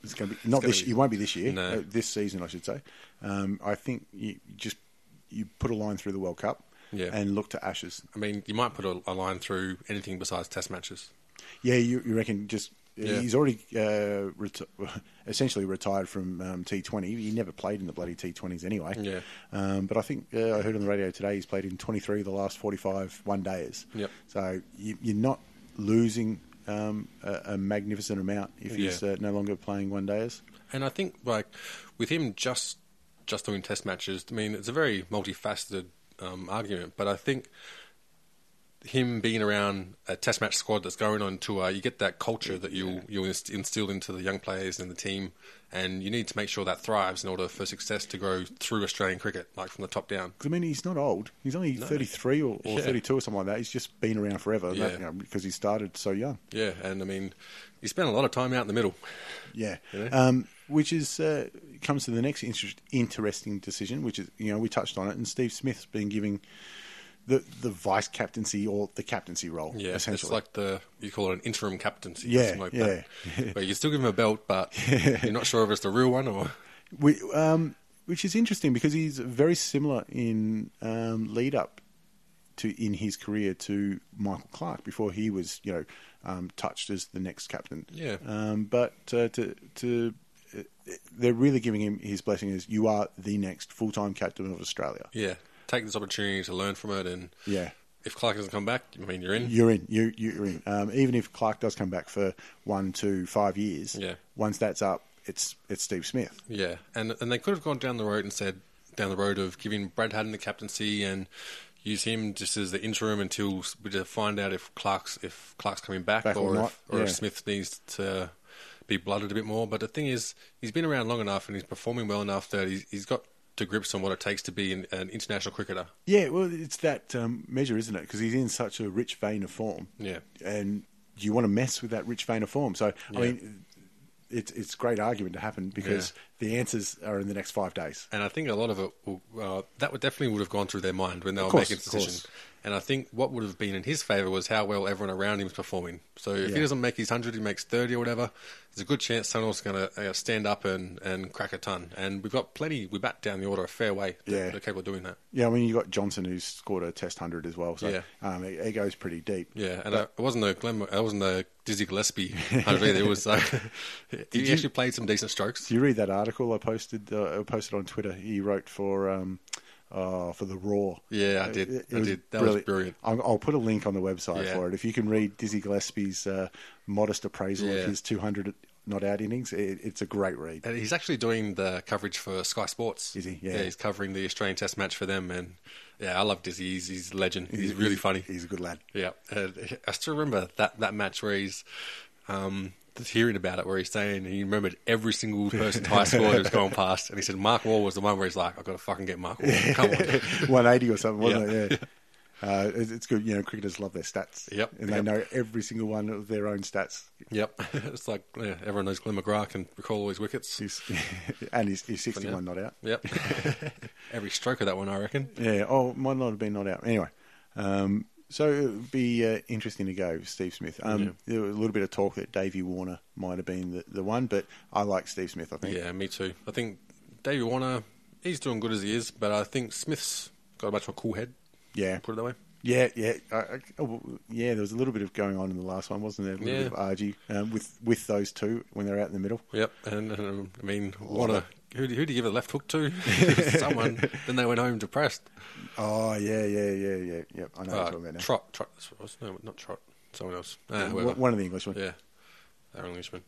Speaker 1: It's going to be not
Speaker 4: gonna
Speaker 1: this.
Speaker 4: be-
Speaker 1: It won't be this year.
Speaker 4: No.
Speaker 1: Uh, this season, I should say. Um, I think you just you put a line through the World Cup.
Speaker 4: Yeah.
Speaker 1: And look to Ashes.
Speaker 4: I mean, you might put a, a line through anything besides Test matches.
Speaker 1: Yeah, you, you reckon just.
Speaker 4: Yeah.
Speaker 1: He's already uh, reti- essentially retired from um, T20. He never played in the bloody T20s anyway.
Speaker 4: Yeah.
Speaker 1: Um, but I think uh, I heard on the radio today he's played in 23 of the last 45 one days.
Speaker 4: Yep.
Speaker 1: So you, you're not losing um, a, a magnificent amount if he's
Speaker 4: Yeah.
Speaker 1: uh, no longer playing one days.
Speaker 4: And I think like with him just just doing test matches, I mean it's a very multifaceted um, argument, but I think him being around a test match squad that's going on tour, you get that culture that you you inst- instill into the young players and the team, and you need to make sure that thrives in order for success to grow through Australian cricket, like from the top down.
Speaker 1: Because I mean, he's not old. He's only 33 or, or
Speaker 4: Yeah.
Speaker 1: 32 or something like that. He's just been around forever and that,
Speaker 4: Yeah.
Speaker 1: you know, because he started so young.
Speaker 4: Yeah, and I mean, you spend a lot of time out in the middle.
Speaker 1: Yeah.
Speaker 4: Yeah.
Speaker 1: Um, which is uh, comes to the next inter- interesting decision, which is you know we touched on it, and Steve Smith's been giving the the vice captaincy or the captaincy role.
Speaker 4: Yeah, it's
Speaker 1: essentially.
Speaker 4: like the you call it an interim captaincy,
Speaker 1: Yeah,
Speaker 4: or something like
Speaker 1: yeah.
Speaker 4: that. Where you still give him a belt, but you're not sure if it's the real one or
Speaker 1: We, um, which is interesting because he's very similar in um, lead up to in his career to Michael Clark before he was you know um, touched as the next captain.
Speaker 4: Yeah.
Speaker 1: Um, but uh, to to uh, they're really giving him his blessing as you are the next full time captain of Australia.
Speaker 4: Yeah, take this opportunity to learn from it, and
Speaker 1: Yeah.
Speaker 4: if Clark doesn't come back, I mean, you're in.
Speaker 1: You're in. You, you're in. Um, even if Clark does come back for one, two, five years,
Speaker 4: Yeah.
Speaker 1: once that's up, it's it's Steve Smith.
Speaker 4: yeah, and and they could have gone down the road and said down the road of giving Brad Haddon the captaincy and use him just as the interim until we just find out if Clark's if Clark's coming back,
Speaker 1: Back or
Speaker 4: or
Speaker 1: not,
Speaker 4: if, or if
Speaker 1: yeah.
Speaker 4: Smith needs to be blooded a bit more. But the thing is, he's been around long enough and he's performing well enough that he's, he's got to grips on what it takes to be an, an international cricketer.
Speaker 1: Yeah, well, it's that um, measure, isn't it? Because he's in such a rich vein of form.
Speaker 4: Yeah.
Speaker 1: And you want to mess with that rich vein of form. So,
Speaker 4: Yeah.
Speaker 1: I mean, it's it's a great argument to happen because the answers are in the next five days.
Speaker 4: And I think a lot of it will, uh, that would definitely would have gone through their mind when they were
Speaker 1: course,
Speaker 4: making the
Speaker 1: of course.
Speaker 4: decision. And I think what would have been in his favour was how well everyone around him is performing. So if
Speaker 1: Yeah.
Speaker 4: he doesn't make his hundred, he makes thirty or whatever. There's a good chance someone else is going to uh, stand up and, and crack a ton. And we've got plenty. We're back down the order a fair way. that-
Speaker 1: Yeah.
Speaker 4: that are capable of doing that.
Speaker 1: Yeah, I mean, you've got Johnson who's scored a test 100 as well. So
Speaker 4: Yeah.
Speaker 1: um, it, it goes pretty deep.
Speaker 4: Yeah, and I, it wasn't a Glenn, it wasn't a Dizzy Gillespie hundred either. It was uh, he actually played some decent strokes.
Speaker 1: Do you read that article I posted? Uh, I posted on Twitter. He wrote for um, uh, for the Raw.
Speaker 4: Yeah, I did.
Speaker 1: It- it
Speaker 4: I
Speaker 1: was
Speaker 4: did. That was brilliant.
Speaker 1: I'll, I'll put a link on the website
Speaker 4: Yeah.
Speaker 1: for it. If you can read Dizzy Gillespie's uh, modest appraisal
Speaker 4: Yeah.
Speaker 1: of his 200 not out innings, it, it's a great read.
Speaker 4: And he's actually doing the coverage for Sky Sports.
Speaker 1: Is he? Yeah.
Speaker 4: he's covering the Australian Test match for them, and yeah, I love Dizzy. He's, he's a legend. He's, really funny.
Speaker 1: He's a good lad.
Speaker 4: Yeah, and I still remember that, that match where he's um, just hearing about it, where he's saying he remembered every single person's high score that was going past, and he said Mark Wall was the one where he's like, "I've got to fucking get Mark Wall." Come on.
Speaker 1: 180 or something, wasn't
Speaker 4: Yeah.
Speaker 1: it? Yeah. Uh, it's it's good, you know. Cricketers love their stats,
Speaker 4: Yep,
Speaker 1: and they
Speaker 4: yep.
Speaker 1: know every single one of their own stats.
Speaker 4: Yep, it's like yeah, everyone knows Glenn McGrath can recall all his wickets.
Speaker 1: He's, and he's, he's 61 not out.
Speaker 4: Yep, every stroke of that one, I reckon.
Speaker 1: Yeah. Oh, might not have been not out. Anyway, um, so it would be uh, interesting to go, Steve Smith. Um, There was a little bit of talk that Davey Warner might have been the, the one, but I like Steve Smith. I think.
Speaker 4: Yeah, me too. I think Davey Warner, he's doing good as he is, but I think Smith's got a much more cool head.
Speaker 1: Yeah.
Speaker 4: Put it that way.
Speaker 1: Yeah. Yeah. I, I, oh, well, yeah. There was a little bit of going on in the last one, wasn't there? A little
Speaker 4: Yeah.
Speaker 1: bit of argy um, with with those two when they're out in the middle.
Speaker 4: Yep, and um, I mean Warner, who do, who do you give a left hook to? Someone. Then they went home depressed.
Speaker 1: Oh yeah, yeah, yeah, yeah, yeah. I know what
Speaker 4: Uh,
Speaker 1: you're talking about now.
Speaker 4: Trot, Trot, that's what it was. no, not Trot. Someone else. Ah,
Speaker 1: One-
Speaker 4: whoever.
Speaker 1: One of the Englishmen.
Speaker 4: Yeah, they're Englishmen.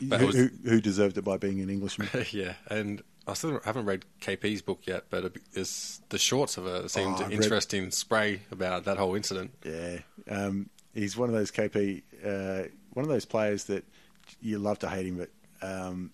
Speaker 4: But it
Speaker 1: Who,
Speaker 4: was-
Speaker 1: who, who deserved it by being an Englishman?
Speaker 4: yeah, and I still haven't read KP's book yet, but it- it's the shorts of it seemed
Speaker 1: Oh, I read-
Speaker 4: interesting spray about that whole incident.
Speaker 1: Yeah, um, he's one of those KP, uh, one of those players that you love to hate him, but um,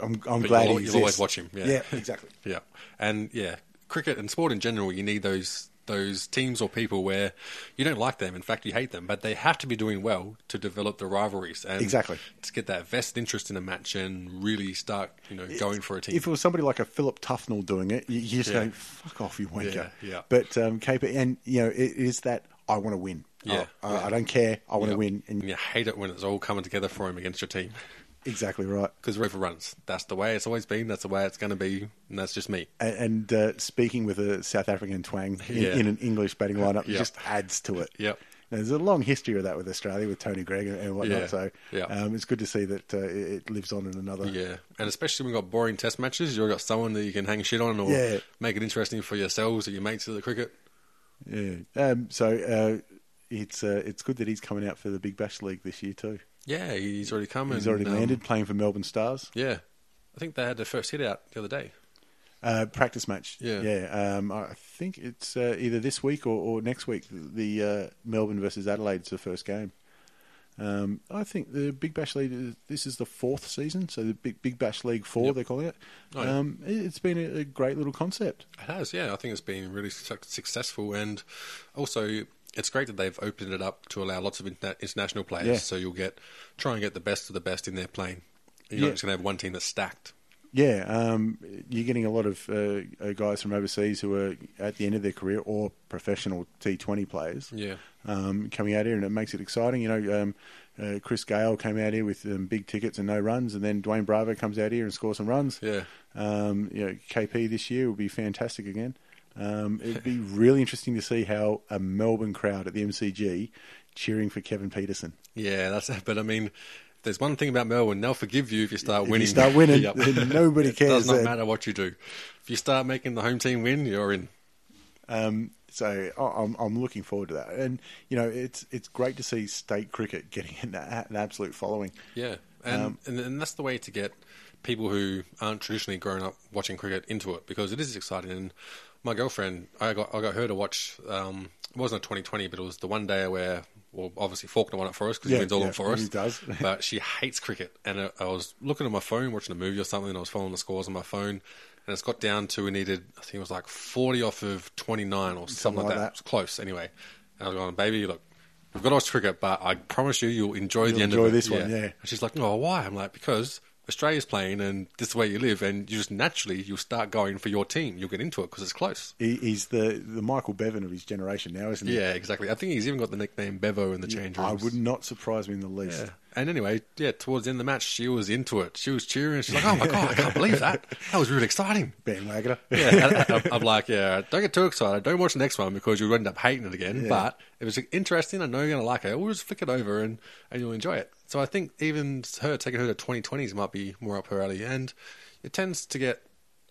Speaker 1: I'm, I'm
Speaker 4: But
Speaker 1: glad
Speaker 4: you'll,
Speaker 1: he
Speaker 4: you'll always
Speaker 1: exists.
Speaker 4: watch him. Yeah.
Speaker 1: exactly.
Speaker 4: Yeah, and yeah, cricket and sport in general, you need those those teams or people where you don't like them. In fact, you hate them, but they have to be doing well to develop the rivalries and
Speaker 1: Exactly.
Speaker 4: to get that vested interest in a match and really start you know going for a team.
Speaker 1: If it was somebody like a Philip Tufnell doing it, you, you just
Speaker 4: Yeah.
Speaker 1: go, "Fuck off, you wanker."
Speaker 4: Yeah, yeah.
Speaker 1: But um, KP, and you know, it is that I want to win.
Speaker 4: Yeah,
Speaker 1: I,
Speaker 4: yeah.
Speaker 1: I don't care. I want to
Speaker 4: Yeah.
Speaker 1: win. And
Speaker 4: and you hate it when it's all coming together for him against your team.
Speaker 1: exactly right.
Speaker 4: because River runs. That's the way it's always been. That's the way it's going to be, and that's just me.
Speaker 1: A- And uh, speaking with a South African twang in,
Speaker 4: Yeah.
Speaker 1: in an English batting lineup
Speaker 4: Yeah.
Speaker 1: just adds to it.
Speaker 4: Yep.
Speaker 1: Now, there's a long history of that with Australia, with Tony Gregg and- and whatnot.
Speaker 4: Yeah.
Speaker 1: So
Speaker 4: Yeah.
Speaker 1: um, it's good to see that uh, it it lives on in another.
Speaker 4: Yeah, and especially when you've got boring test matches, you've got someone that you can hang shit on or
Speaker 1: Yeah.
Speaker 4: make it interesting for yourselves or your mates at the cricket.
Speaker 1: Yeah. Um, so uh, it's uh, it's good that he's coming out for the Big Bash League this year too.
Speaker 4: Yeah, he's already come.
Speaker 1: He's
Speaker 4: and,
Speaker 1: already
Speaker 4: um,
Speaker 1: landed playing for Melbourne Stars.
Speaker 4: Yeah, I think they had their first hit out the other day.
Speaker 1: Uh, practice match.
Speaker 4: Yeah.
Speaker 1: Yeah. Um, I think it's uh, either this week or, or next week. The uh, Melbourne versus Adelaide's the first game. Um, I think the Big Bash League. Is, this is the fourth season, so the Big Big Bash League Four
Speaker 4: Yep.
Speaker 1: they're calling it.
Speaker 4: Oh, yeah.
Speaker 1: Um, it, it's been a, a great little concept.
Speaker 4: It has, yeah. I think it's been really su- successful, and also it's great that they've opened it up to allow lots of interna- international players.
Speaker 1: Yeah.
Speaker 4: So you'll get try and get the best of the best in their playing. You're
Speaker 1: Yeah.
Speaker 4: not just going to have one team that's stacked.
Speaker 1: Yeah, um, you're getting a lot of uh, uh, guys from overseas who are at the end of their career or professional T20 players.
Speaker 4: Yeah.
Speaker 1: um, coming out here, and it makes it exciting. You know, um, uh, Chris Gale came out here with um, big tickets and no runs, and then Dwayne Bravo comes out here and scores some runs.
Speaker 4: Yeah.
Speaker 1: Um, you know, KP this year will be fantastic again. Um, it'd be really interesting to see how a Melbourne crowd at the MCG cheering for Kevin Peterson.
Speaker 4: Yeah, that's it. But I mean, if there's one thing about Melbourne, they'll forgive you if you start
Speaker 1: If you
Speaker 4: winning.
Speaker 1: start winning, then nobody
Speaker 4: it
Speaker 1: cares
Speaker 4: Does not
Speaker 1: then.
Speaker 4: matter what you do. If you start making the home team win, you're in.
Speaker 1: So I- I'm I'm looking forward to that, and you know it's it's great to see state cricket getting an, a- an absolute following.
Speaker 4: Yeah, and,
Speaker 1: Um,
Speaker 4: and and that's the way to get people who aren't traditionally grown up watching cricket into it because it is exciting. And my girlfriend, I got I got her to watch. Um, it wasn't a 2020, but it was the one day where Well, obviously Faulkner won it for us because
Speaker 1: Yeah,
Speaker 4: he wins all
Speaker 1: yeah,
Speaker 4: them for us.
Speaker 1: he does.
Speaker 4: but she hates cricket. And I, I was looking at my phone, watching a movie or something, and I was following the scores on my phone. And it's got down to we needed, I think it was like 40 off of 29 or something, like
Speaker 1: like
Speaker 4: that.
Speaker 1: that.
Speaker 4: It was close anyway. And I was going, baby, look, we've got to watch cricket, but I promise you, you'll enjoy the end
Speaker 1: enjoy
Speaker 4: of it.
Speaker 1: this one, yeah.
Speaker 4: And she's like, no, why? I'm like, because Australia's playing and this is where you live. And you just naturally, you'll start going for your team. You'll get into it because it's close.
Speaker 1: He, he's the, the Michael Bevan of his generation now, isn't he?
Speaker 4: Yeah, exactly. I think he's even got the nickname Bevo in the change rooms.
Speaker 1: Mm. I would not surprise me in the least.
Speaker 4: Yeah. And anyway, yeah, towards the end of the match, she was into it. She was cheering. She's like, oh my God, I can't believe that. That was really exciting.
Speaker 1: Bandwagoner.
Speaker 4: Yeah, I, I'm like, yeah, don't get too excited. Don't watch the next one because you'll end up hating it again. But if it's interesting, I know you're going to like it. We'll just flick it over and, and you'll enjoy it. So I think even her taking her to 2020s might be more up her alley. And it tends to get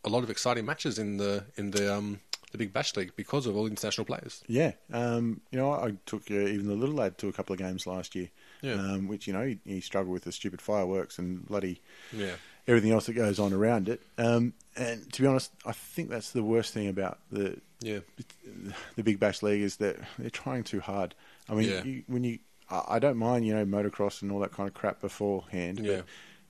Speaker 4: a lot of exciting matches in the in the um, the Big Bash League because of all the international players.
Speaker 1: Yeah, um, you know, I took uh, even the little lad to a couple of games last year,
Speaker 4: Yeah.
Speaker 1: um, which you know he, he struggled with the stupid fireworks and bloody
Speaker 4: Yeah.
Speaker 1: everything else that goes on around it. Um, and to be honest, I think that's the worst thing about the
Speaker 4: Yeah.
Speaker 1: the Big Bash League is that they're trying too hard. I mean,
Speaker 4: Yeah.
Speaker 1: you, when you, I, I don't mind you know motocross and all that kind of crap beforehand,
Speaker 4: Yeah.
Speaker 1: but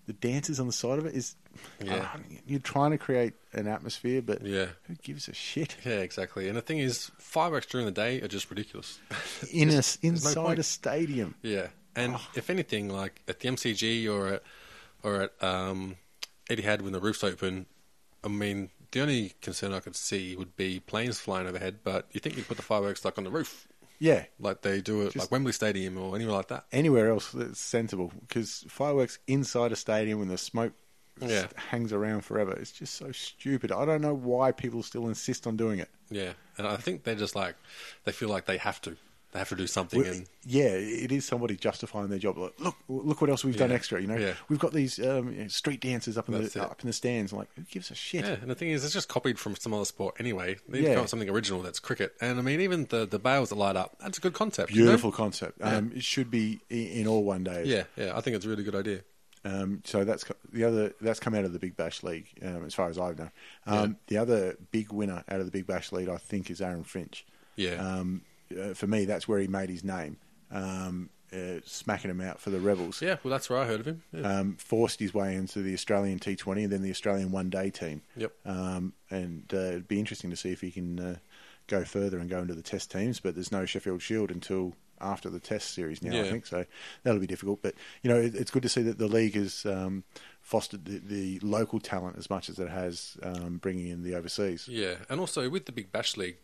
Speaker 1: the dances on the side of it is,
Speaker 4: Yeah.
Speaker 1: uh, you're trying to create an atmosphere, but
Speaker 4: Yeah.
Speaker 1: who gives a shit?
Speaker 4: Yeah, exactly. And the thing is, fireworks during the day are just ridiculous.
Speaker 1: in a,
Speaker 4: no
Speaker 1: inside
Speaker 4: point.
Speaker 1: a stadium.
Speaker 4: Yeah, and
Speaker 1: Oh.
Speaker 4: if anything, like at the MCG or at or at um, Etihad when the roof's open, I mean, the only concern I could see would be planes flying overhead. But you think you put the fireworks like on the roof,
Speaker 1: Yeah,
Speaker 4: like they do at like Wembley Stadium or anywhere like that?
Speaker 1: anywhere else that's sensible because fireworks inside a stadium when the smoke s-
Speaker 4: Yeah.
Speaker 1: hangs around forever. It's just so stupid. I don't know why people still insist on doing it.
Speaker 4: Yeah, and I think they're just like they feel like they have to, they have to do something.
Speaker 1: Well,
Speaker 4: And
Speaker 1: yeah, it is somebody justifying their job. Like, look, look what else we've done
Speaker 4: Yeah.
Speaker 1: extra. You know,
Speaker 4: Yeah.
Speaker 1: we've got these um, you know, street dancers up in
Speaker 4: That's it.
Speaker 1: the up in the stands. Like, who gives a shit?
Speaker 4: Yeah, and the thing is, it's just copied from some other sport anyway. They've
Speaker 1: Yeah.
Speaker 4: got something original that's cricket, and I mean, even the the bales that light up, that's a good concept. you know?
Speaker 1: Beautiful concept. Um, it should be i- in all one days.
Speaker 4: Yeah, yeah, I think it's a really good idea.
Speaker 1: Um, so that's co- the other that's come out of the Big Bash League, um, as far as I know. Um, The other big winner out of the Big Bash League, I think, is Aaron Finch.
Speaker 4: Yeah.
Speaker 1: Um, uh, for me, that's where he made his name, um, uh, smacking him out for the Rebels.
Speaker 4: Yeah, well, that's where I heard of him. Yeah.
Speaker 1: Um, forced his way into the Australian T20 and then the Australian One Day team.
Speaker 4: Yep.
Speaker 1: Um, and uh, it'd be interesting to see if he can uh, go further and go into the Test teams. But there's no Sheffield Shield until after the Test series now,
Speaker 4: Yeah.
Speaker 1: I think. So that'll be difficult. But you know, it, it's good to see that the league has um, fostered the, the local talent as much as it has um, bringing in the overseas.
Speaker 4: Yeah, and also with the Big Bash League,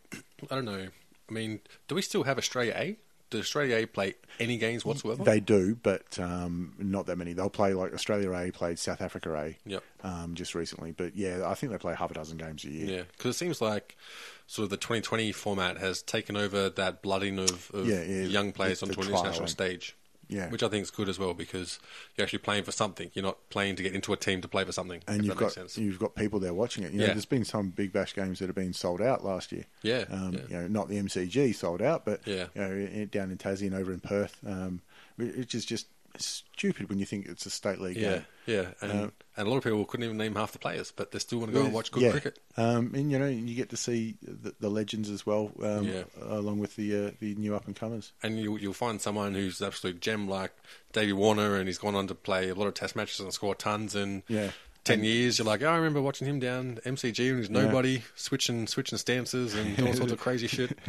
Speaker 4: I don't know. I mean, do we still have Australia A? Does Australia A play any games whatsoever?
Speaker 1: They do, but um, not that many. They'll play like Australia A played South Africa A
Speaker 4: Yep.
Speaker 1: um, just recently. But yeah, I think they play half a dozen games a year.
Speaker 4: yeah, because it seems like sort of the 2020 format has taken over that blooding of, of
Speaker 1: Yeah, yeah,
Speaker 4: young players
Speaker 1: the-
Speaker 4: onto
Speaker 1: the
Speaker 4: an international
Speaker 1: trialing.
Speaker 4: stage.
Speaker 1: Yeah.
Speaker 4: which I think is good as well because you're actually playing for something. You're not playing to get into a team to play for something.
Speaker 1: and
Speaker 4: if
Speaker 1: you've
Speaker 4: that
Speaker 1: got
Speaker 4: makes sense.
Speaker 1: you've got people there watching it. You know,
Speaker 4: Yeah.
Speaker 1: there's been some big bash games that have been sold out last year.
Speaker 4: Yeah,
Speaker 1: um,
Speaker 4: yeah.
Speaker 1: you know, not the MCG sold out, but
Speaker 4: Yeah.
Speaker 1: you know, i- down in Tassie and over in Perth, um, which is just stupid when you think it's a state league
Speaker 4: yeah,
Speaker 1: game.
Speaker 4: yeah, and, and a lot of people couldn't even name half the players, but they still want to go and watch good
Speaker 1: Uh, Yeah.
Speaker 4: cricket.
Speaker 1: um, and you know you get to see the, the legends as well, um,
Speaker 4: Yeah.
Speaker 1: along with the uh, the new up and comers.
Speaker 4: and you, you'll find someone who's an absolute gem like Davey Warner, and he's gone on to play a lot of Test matches and score tons. And
Speaker 1: Yeah.
Speaker 4: ten years, you're like, oh, I remember watching him down MCG when he's nobody, switching switching stances and all sorts of crazy shit.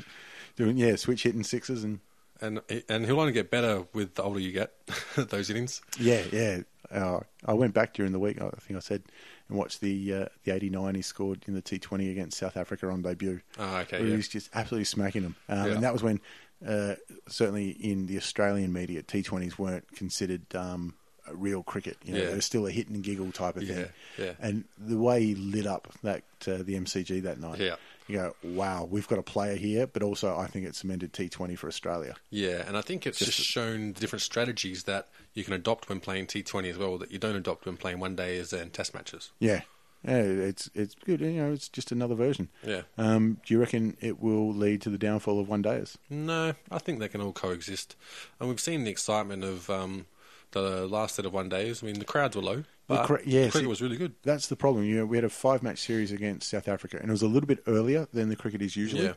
Speaker 1: Doing yeah, switch hitting sixes and
Speaker 4: And and he'll only get better with the older you get. those innings,
Speaker 1: Yeah, yeah. Uh, I went back during the week. I think I said and watched the uh, the eighty nine he scored in the T twenty against South Africa on debut.
Speaker 4: Ah, okay,
Speaker 1: Where
Speaker 4: yeah.
Speaker 1: He was just absolutely smacking them, um,
Speaker 4: Yeah.
Speaker 1: and that was when uh, certainly in the Australian media T twenties weren't considered. Um, Real cricket, you know,
Speaker 4: Yeah.
Speaker 1: they're still a hit and giggle type of thing.
Speaker 4: Yeah, yeah.
Speaker 1: And the way he lit up that uh, the MCG that night,
Speaker 4: Yeah.
Speaker 1: you go, wow, we've got a player here, but also I think it cemented T20 for Australia.
Speaker 4: yeah. And I think it's just, shown the different strategies that you can adopt when playing T20 as well that you don't adopt when playing one days and Test matches.
Speaker 1: Yeah. Yeah, it's it's good. You know, it's just another version.
Speaker 4: Yeah.
Speaker 1: Um, do you reckon it will lead to the downfall of one dayers?
Speaker 4: No, I think they can all coexist. And we've seen the excitement of um, the last set of one days. I mean, the crowds were low,
Speaker 1: The
Speaker 4: but
Speaker 1: cra- yeah,
Speaker 4: cricket
Speaker 1: see-
Speaker 4: was really good.
Speaker 1: That's the problem. You know, we had a five match series against South Africa, and it was a little bit earlier than the cricket is usually.
Speaker 4: Yeah.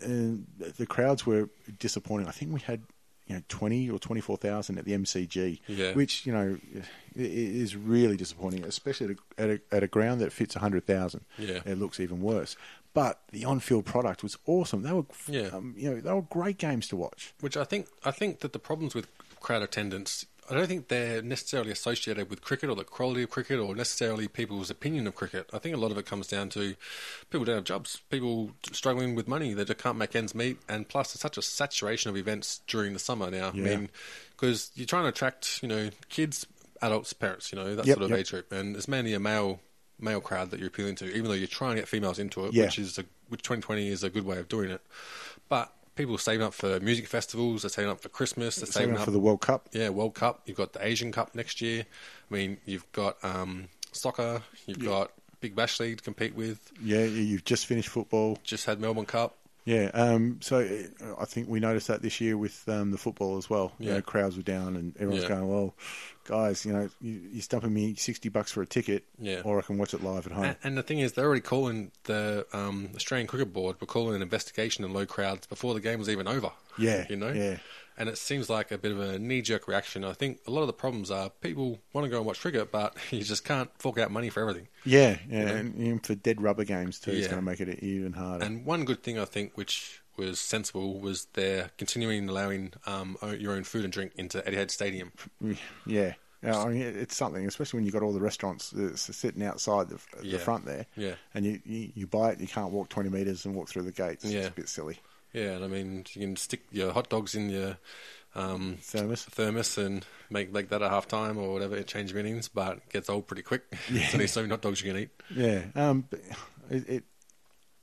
Speaker 1: And the crowds were disappointing. I think we had you know twenty or twenty four thousand at the MCG,
Speaker 4: Yeah.
Speaker 1: which you know i- i- is really disappointing, especially at a, at a, at a ground that fits hundred thousand.
Speaker 4: Yeah.
Speaker 1: it looks even worse. But the on field product was awesome. They were f-
Speaker 4: Yeah.
Speaker 1: um, you know they were great games to watch.
Speaker 4: Which I think I think that the problems with crowd attendance, I don't think they're necessarily associated with cricket or the quality of cricket or necessarily people's opinion of cricket. I think a lot of it comes down to people don't have jobs, people struggling with money, they just can't make ends meet, and plus there's such a saturation of events during the summer now. I
Speaker 1: Yeah.
Speaker 4: mean, because you're trying to attract you know kids, adults, parents, you know that
Speaker 1: Yep,
Speaker 4: sort of
Speaker 1: yep.
Speaker 4: age group, and it's mainly a male male crowd that you're appealing to, even though you're trying to get females into it,
Speaker 1: Yeah.
Speaker 4: which is a, which 2020 is a good way of doing it. But people are saving up for music festivals, they're saving up for Christmas, they're saving,
Speaker 1: Saving
Speaker 4: up
Speaker 1: for the World Cup.
Speaker 4: yeah World Cup. You've got the Asian Cup next year. I mean, you've got um, soccer, you've got Big Bash League to compete with.
Speaker 1: Yeah, you- you've just finished football.
Speaker 4: Just had Melbourne Cup.
Speaker 1: Yeah, um, so uh, I think we noticed that this year with um, the football as well. You
Speaker 4: Yeah.
Speaker 1: know, crowds were down, and everyone's
Speaker 4: Yeah.
Speaker 1: going, "Well, guys, you know, you, you're stumping me sixty bucks for a ticket,
Speaker 4: Yeah. Uh,
Speaker 1: or I can watch it live at home."
Speaker 4: And, and the thing is, they're already calling the um, Australian Cricket Board. We're calling an investigation in low crowds before the game was even over.
Speaker 1: Yeah,
Speaker 4: you know.
Speaker 1: yeah.
Speaker 4: And it seems like a bit of a knee-jerk reaction. I think a lot of the problems are people want to go and watch cricket, but you just can't fork out money for everything.
Speaker 1: yeah, yeah, and, and for dead rubber games too, it's
Speaker 4: Yeah.
Speaker 1: going to make it even harder.
Speaker 4: And one good thing I think, which was sensible, was they're continuing allowing um, o- your own food and drink into Etihad Stadium.
Speaker 1: Mm, yeah, Yeah, I mean, it- it's something, especially when you've got all the restaurants uh, s- sitting outside the, f- the
Speaker 4: Yeah.
Speaker 1: front there.
Speaker 4: Yeah.
Speaker 1: and you, you you buy it, you can't walk twenty meters and walk through the gates.
Speaker 4: Yeah.
Speaker 1: It's a bit silly.
Speaker 4: Yeah, and I mean, you can stick your hot dogs in your um,
Speaker 1: Thermos.
Speaker 4: thermos and make make that at half time or whatever. It changes meanings, but it gets old pretty quick. There's only so many hot dogs you can eat.
Speaker 1: Yeah. Um, but it, it,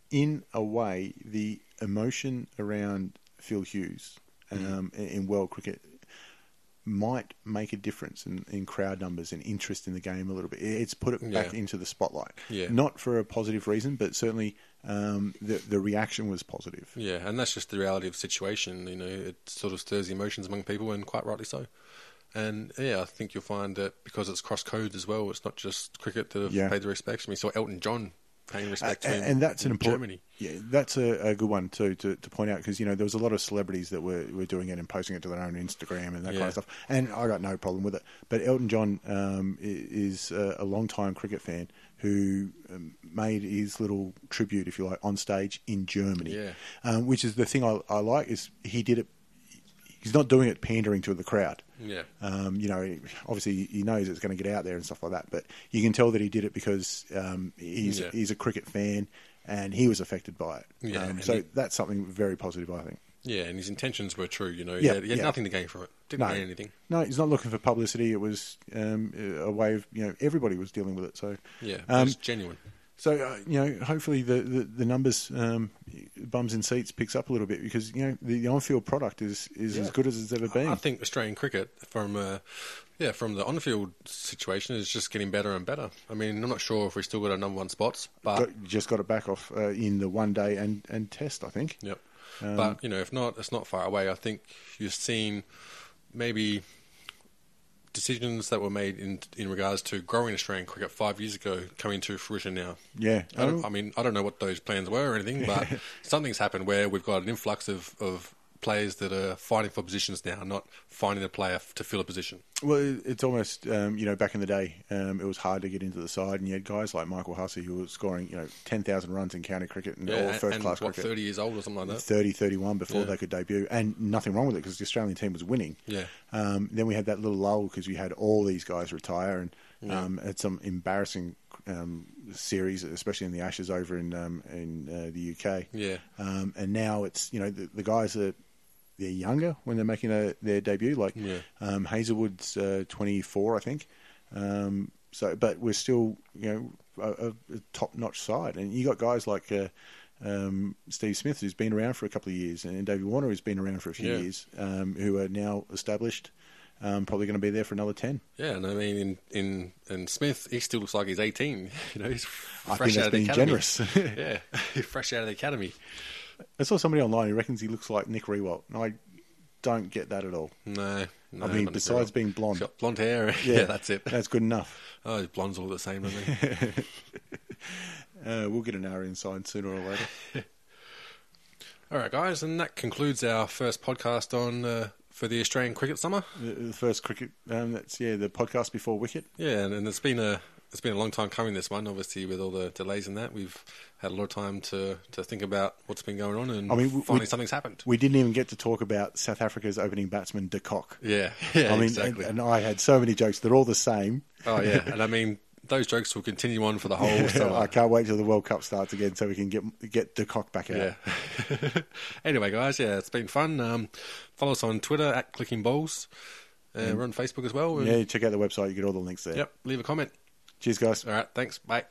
Speaker 1: in a way, the emotion around Phil Hughes
Speaker 4: Mm-hmm.
Speaker 1: um, in, in world cricket might make a difference in, in crowd numbers and interest in the game a little bit. It- It's put it back
Speaker 4: Yeah.
Speaker 1: into the spotlight.
Speaker 4: Yeah.
Speaker 1: Not for a positive reason, but certainly um, the, the reaction was positive.
Speaker 4: Yeah, and that's just the reality of the situation. You know, it sort of stirs the emotions among people, and quite rightly so. And yeah, I think you'll find that because it's cross code as well, it's not just cricket that have
Speaker 1: Yeah.
Speaker 4: paid the respects. We saw Elton John paying respect
Speaker 1: A-
Speaker 4: to him,
Speaker 1: and that's an
Speaker 4: in
Speaker 1: important
Speaker 4: Germany.
Speaker 1: yeah that's a, a good one too to, to point out because you know there was a lot of celebrities that were, were doing it and posting it to their own instagram and that kind
Speaker 4: Yeah.
Speaker 1: of stuff and i got no problem with it but elton john um, i- is a, a long time cricket fan who um, made his little tribute if you like on stage in germany
Speaker 4: Yeah.
Speaker 1: um, which is the thing I, I like is he did it he's not doing it pandering to the crowd
Speaker 4: Yeah.
Speaker 1: um, you know, obviously he knows it's going to get out there and stuff like that, but you can tell that he did it because um, he's
Speaker 4: Yeah.
Speaker 1: he's a cricket fan and he was affected by it.
Speaker 4: Yeah,
Speaker 1: um,
Speaker 4: and
Speaker 1: so
Speaker 4: he-
Speaker 1: that's something very positive, I think.
Speaker 4: Yeah, and his intentions were true. You know, he
Speaker 1: Yeah,
Speaker 4: had, he had
Speaker 1: yeah.
Speaker 4: nothing to gain from it. Didn't
Speaker 1: No,
Speaker 4: gain anything.
Speaker 1: No, he's not looking for publicity. It was um, a way of you know everybody was dealing with it. So
Speaker 4: Yeah, it
Speaker 1: um,
Speaker 4: was genuine.
Speaker 1: so uh, you know, hopefully the the, the numbers um, bums and seats picks up a little bit because you know the, the on field product is is as good as it's ever been.
Speaker 4: I think Australian cricket from uh, yeah from the on-field situation is just getting better and better. I mean, I'm not sure if we still got our number one spots, but
Speaker 1: Got- just got it back off uh, in the one day and, and test, I think.
Speaker 4: Yep.
Speaker 1: um,
Speaker 4: but you know, if not, it's not far away. I think you've seen maybe decisions that were made in in regards to growing Australian cricket five years ago coming to fruition now.
Speaker 1: Yeah.
Speaker 4: I, don't,
Speaker 1: Oh.
Speaker 4: I mean, I don't know what those plans were or anything, but something's happened where we've got an influx of of players that are fighting for positions now, not finding a player f- to fill a position.
Speaker 1: Well, it- it's almost um, you know back in the day, um, it was hard to get into the side, and you had guys like Michael Hussey who were scoring you know ten thousand runs in county cricket and all
Speaker 4: and-
Speaker 1: first
Speaker 4: and
Speaker 1: class
Speaker 4: what
Speaker 1: cricket.
Speaker 4: thirty years old or something like that.
Speaker 1: 30, 31 before
Speaker 4: Yeah.
Speaker 1: they could debut, and nothing wrong with it because the Australian team was winning.
Speaker 4: Yeah.
Speaker 1: Um, then we had that little lull because we had all these guys retire and um, had some embarrassing um, series, especially in the Ashes over in um, in uh, the UK.
Speaker 4: Yeah.
Speaker 1: Um, and now it's you know the, the guys are they're younger when they're making a, their debut. Like
Speaker 4: Yeah.
Speaker 1: um, Hazelwood's uh, twenty four, I think. Um, so, but we're still you know a, a, a top notch side, and you got guys like. Uh, um, Steve Smith, who's been around for a couple of years, and David Warner, who's been around for a few
Speaker 4: Yeah.
Speaker 1: years, um, who are now established, um, probably going to be there for another ten.
Speaker 4: Yeah, and I mean, in in and Smith, he still looks like he's eighteen. You know, he's
Speaker 1: I
Speaker 4: fresh
Speaker 1: think
Speaker 4: out
Speaker 1: that's
Speaker 4: of the
Speaker 1: being
Speaker 4: academy.
Speaker 1: generous.
Speaker 4: yeah, he's fresh out of the academy.
Speaker 1: I saw somebody online who reckons he looks like Nick Rewalt, and I don't get that at all.
Speaker 4: No, no
Speaker 1: I mean, besides
Speaker 4: not necessarily.
Speaker 1: being blonde.
Speaker 4: He's got blonde hair. Yeah, that's it.
Speaker 1: That's good enough.
Speaker 4: Oh, his blondes all the same, aren't they?
Speaker 1: Uh, we'll get an hour inside sooner or later.
Speaker 4: all right, guys, and that concludes our first podcast on uh, for the Australian cricket summer.
Speaker 1: The, the first cricket. Um, that's yeah, the podcast before Wicket.
Speaker 4: Yeah, and, and it's been a it's been a long time coming. This one, obviously, with all the delays and that, we've had a lot of time to, to think about what's been going on, and
Speaker 1: I mean, we-
Speaker 4: finally
Speaker 1: we-
Speaker 4: something's happened.
Speaker 1: We didn't even get to talk about South Africa's opening batsman De Kock.
Speaker 4: yeah, yeah,
Speaker 1: I mean,
Speaker 4: exactly.
Speaker 1: and, and I had so many jokes. They're all the same.
Speaker 4: oh yeah, and I mean those jokes will continue on for the whole summer.
Speaker 1: I can't wait till the World Cup starts again, so we can get get De Kock back in.
Speaker 4: Yeah.
Speaker 1: it.
Speaker 4: anyway, guys, yeah, it's been fun. Um, follow us on Twitter at Clicking Balls. Uh, We're on Facebook as well. and-
Speaker 1: Yeah, check out the website. You get all the links there.
Speaker 4: Yep. Leave a comment.
Speaker 1: Cheers, guys.
Speaker 4: All right. Thanks. Bye.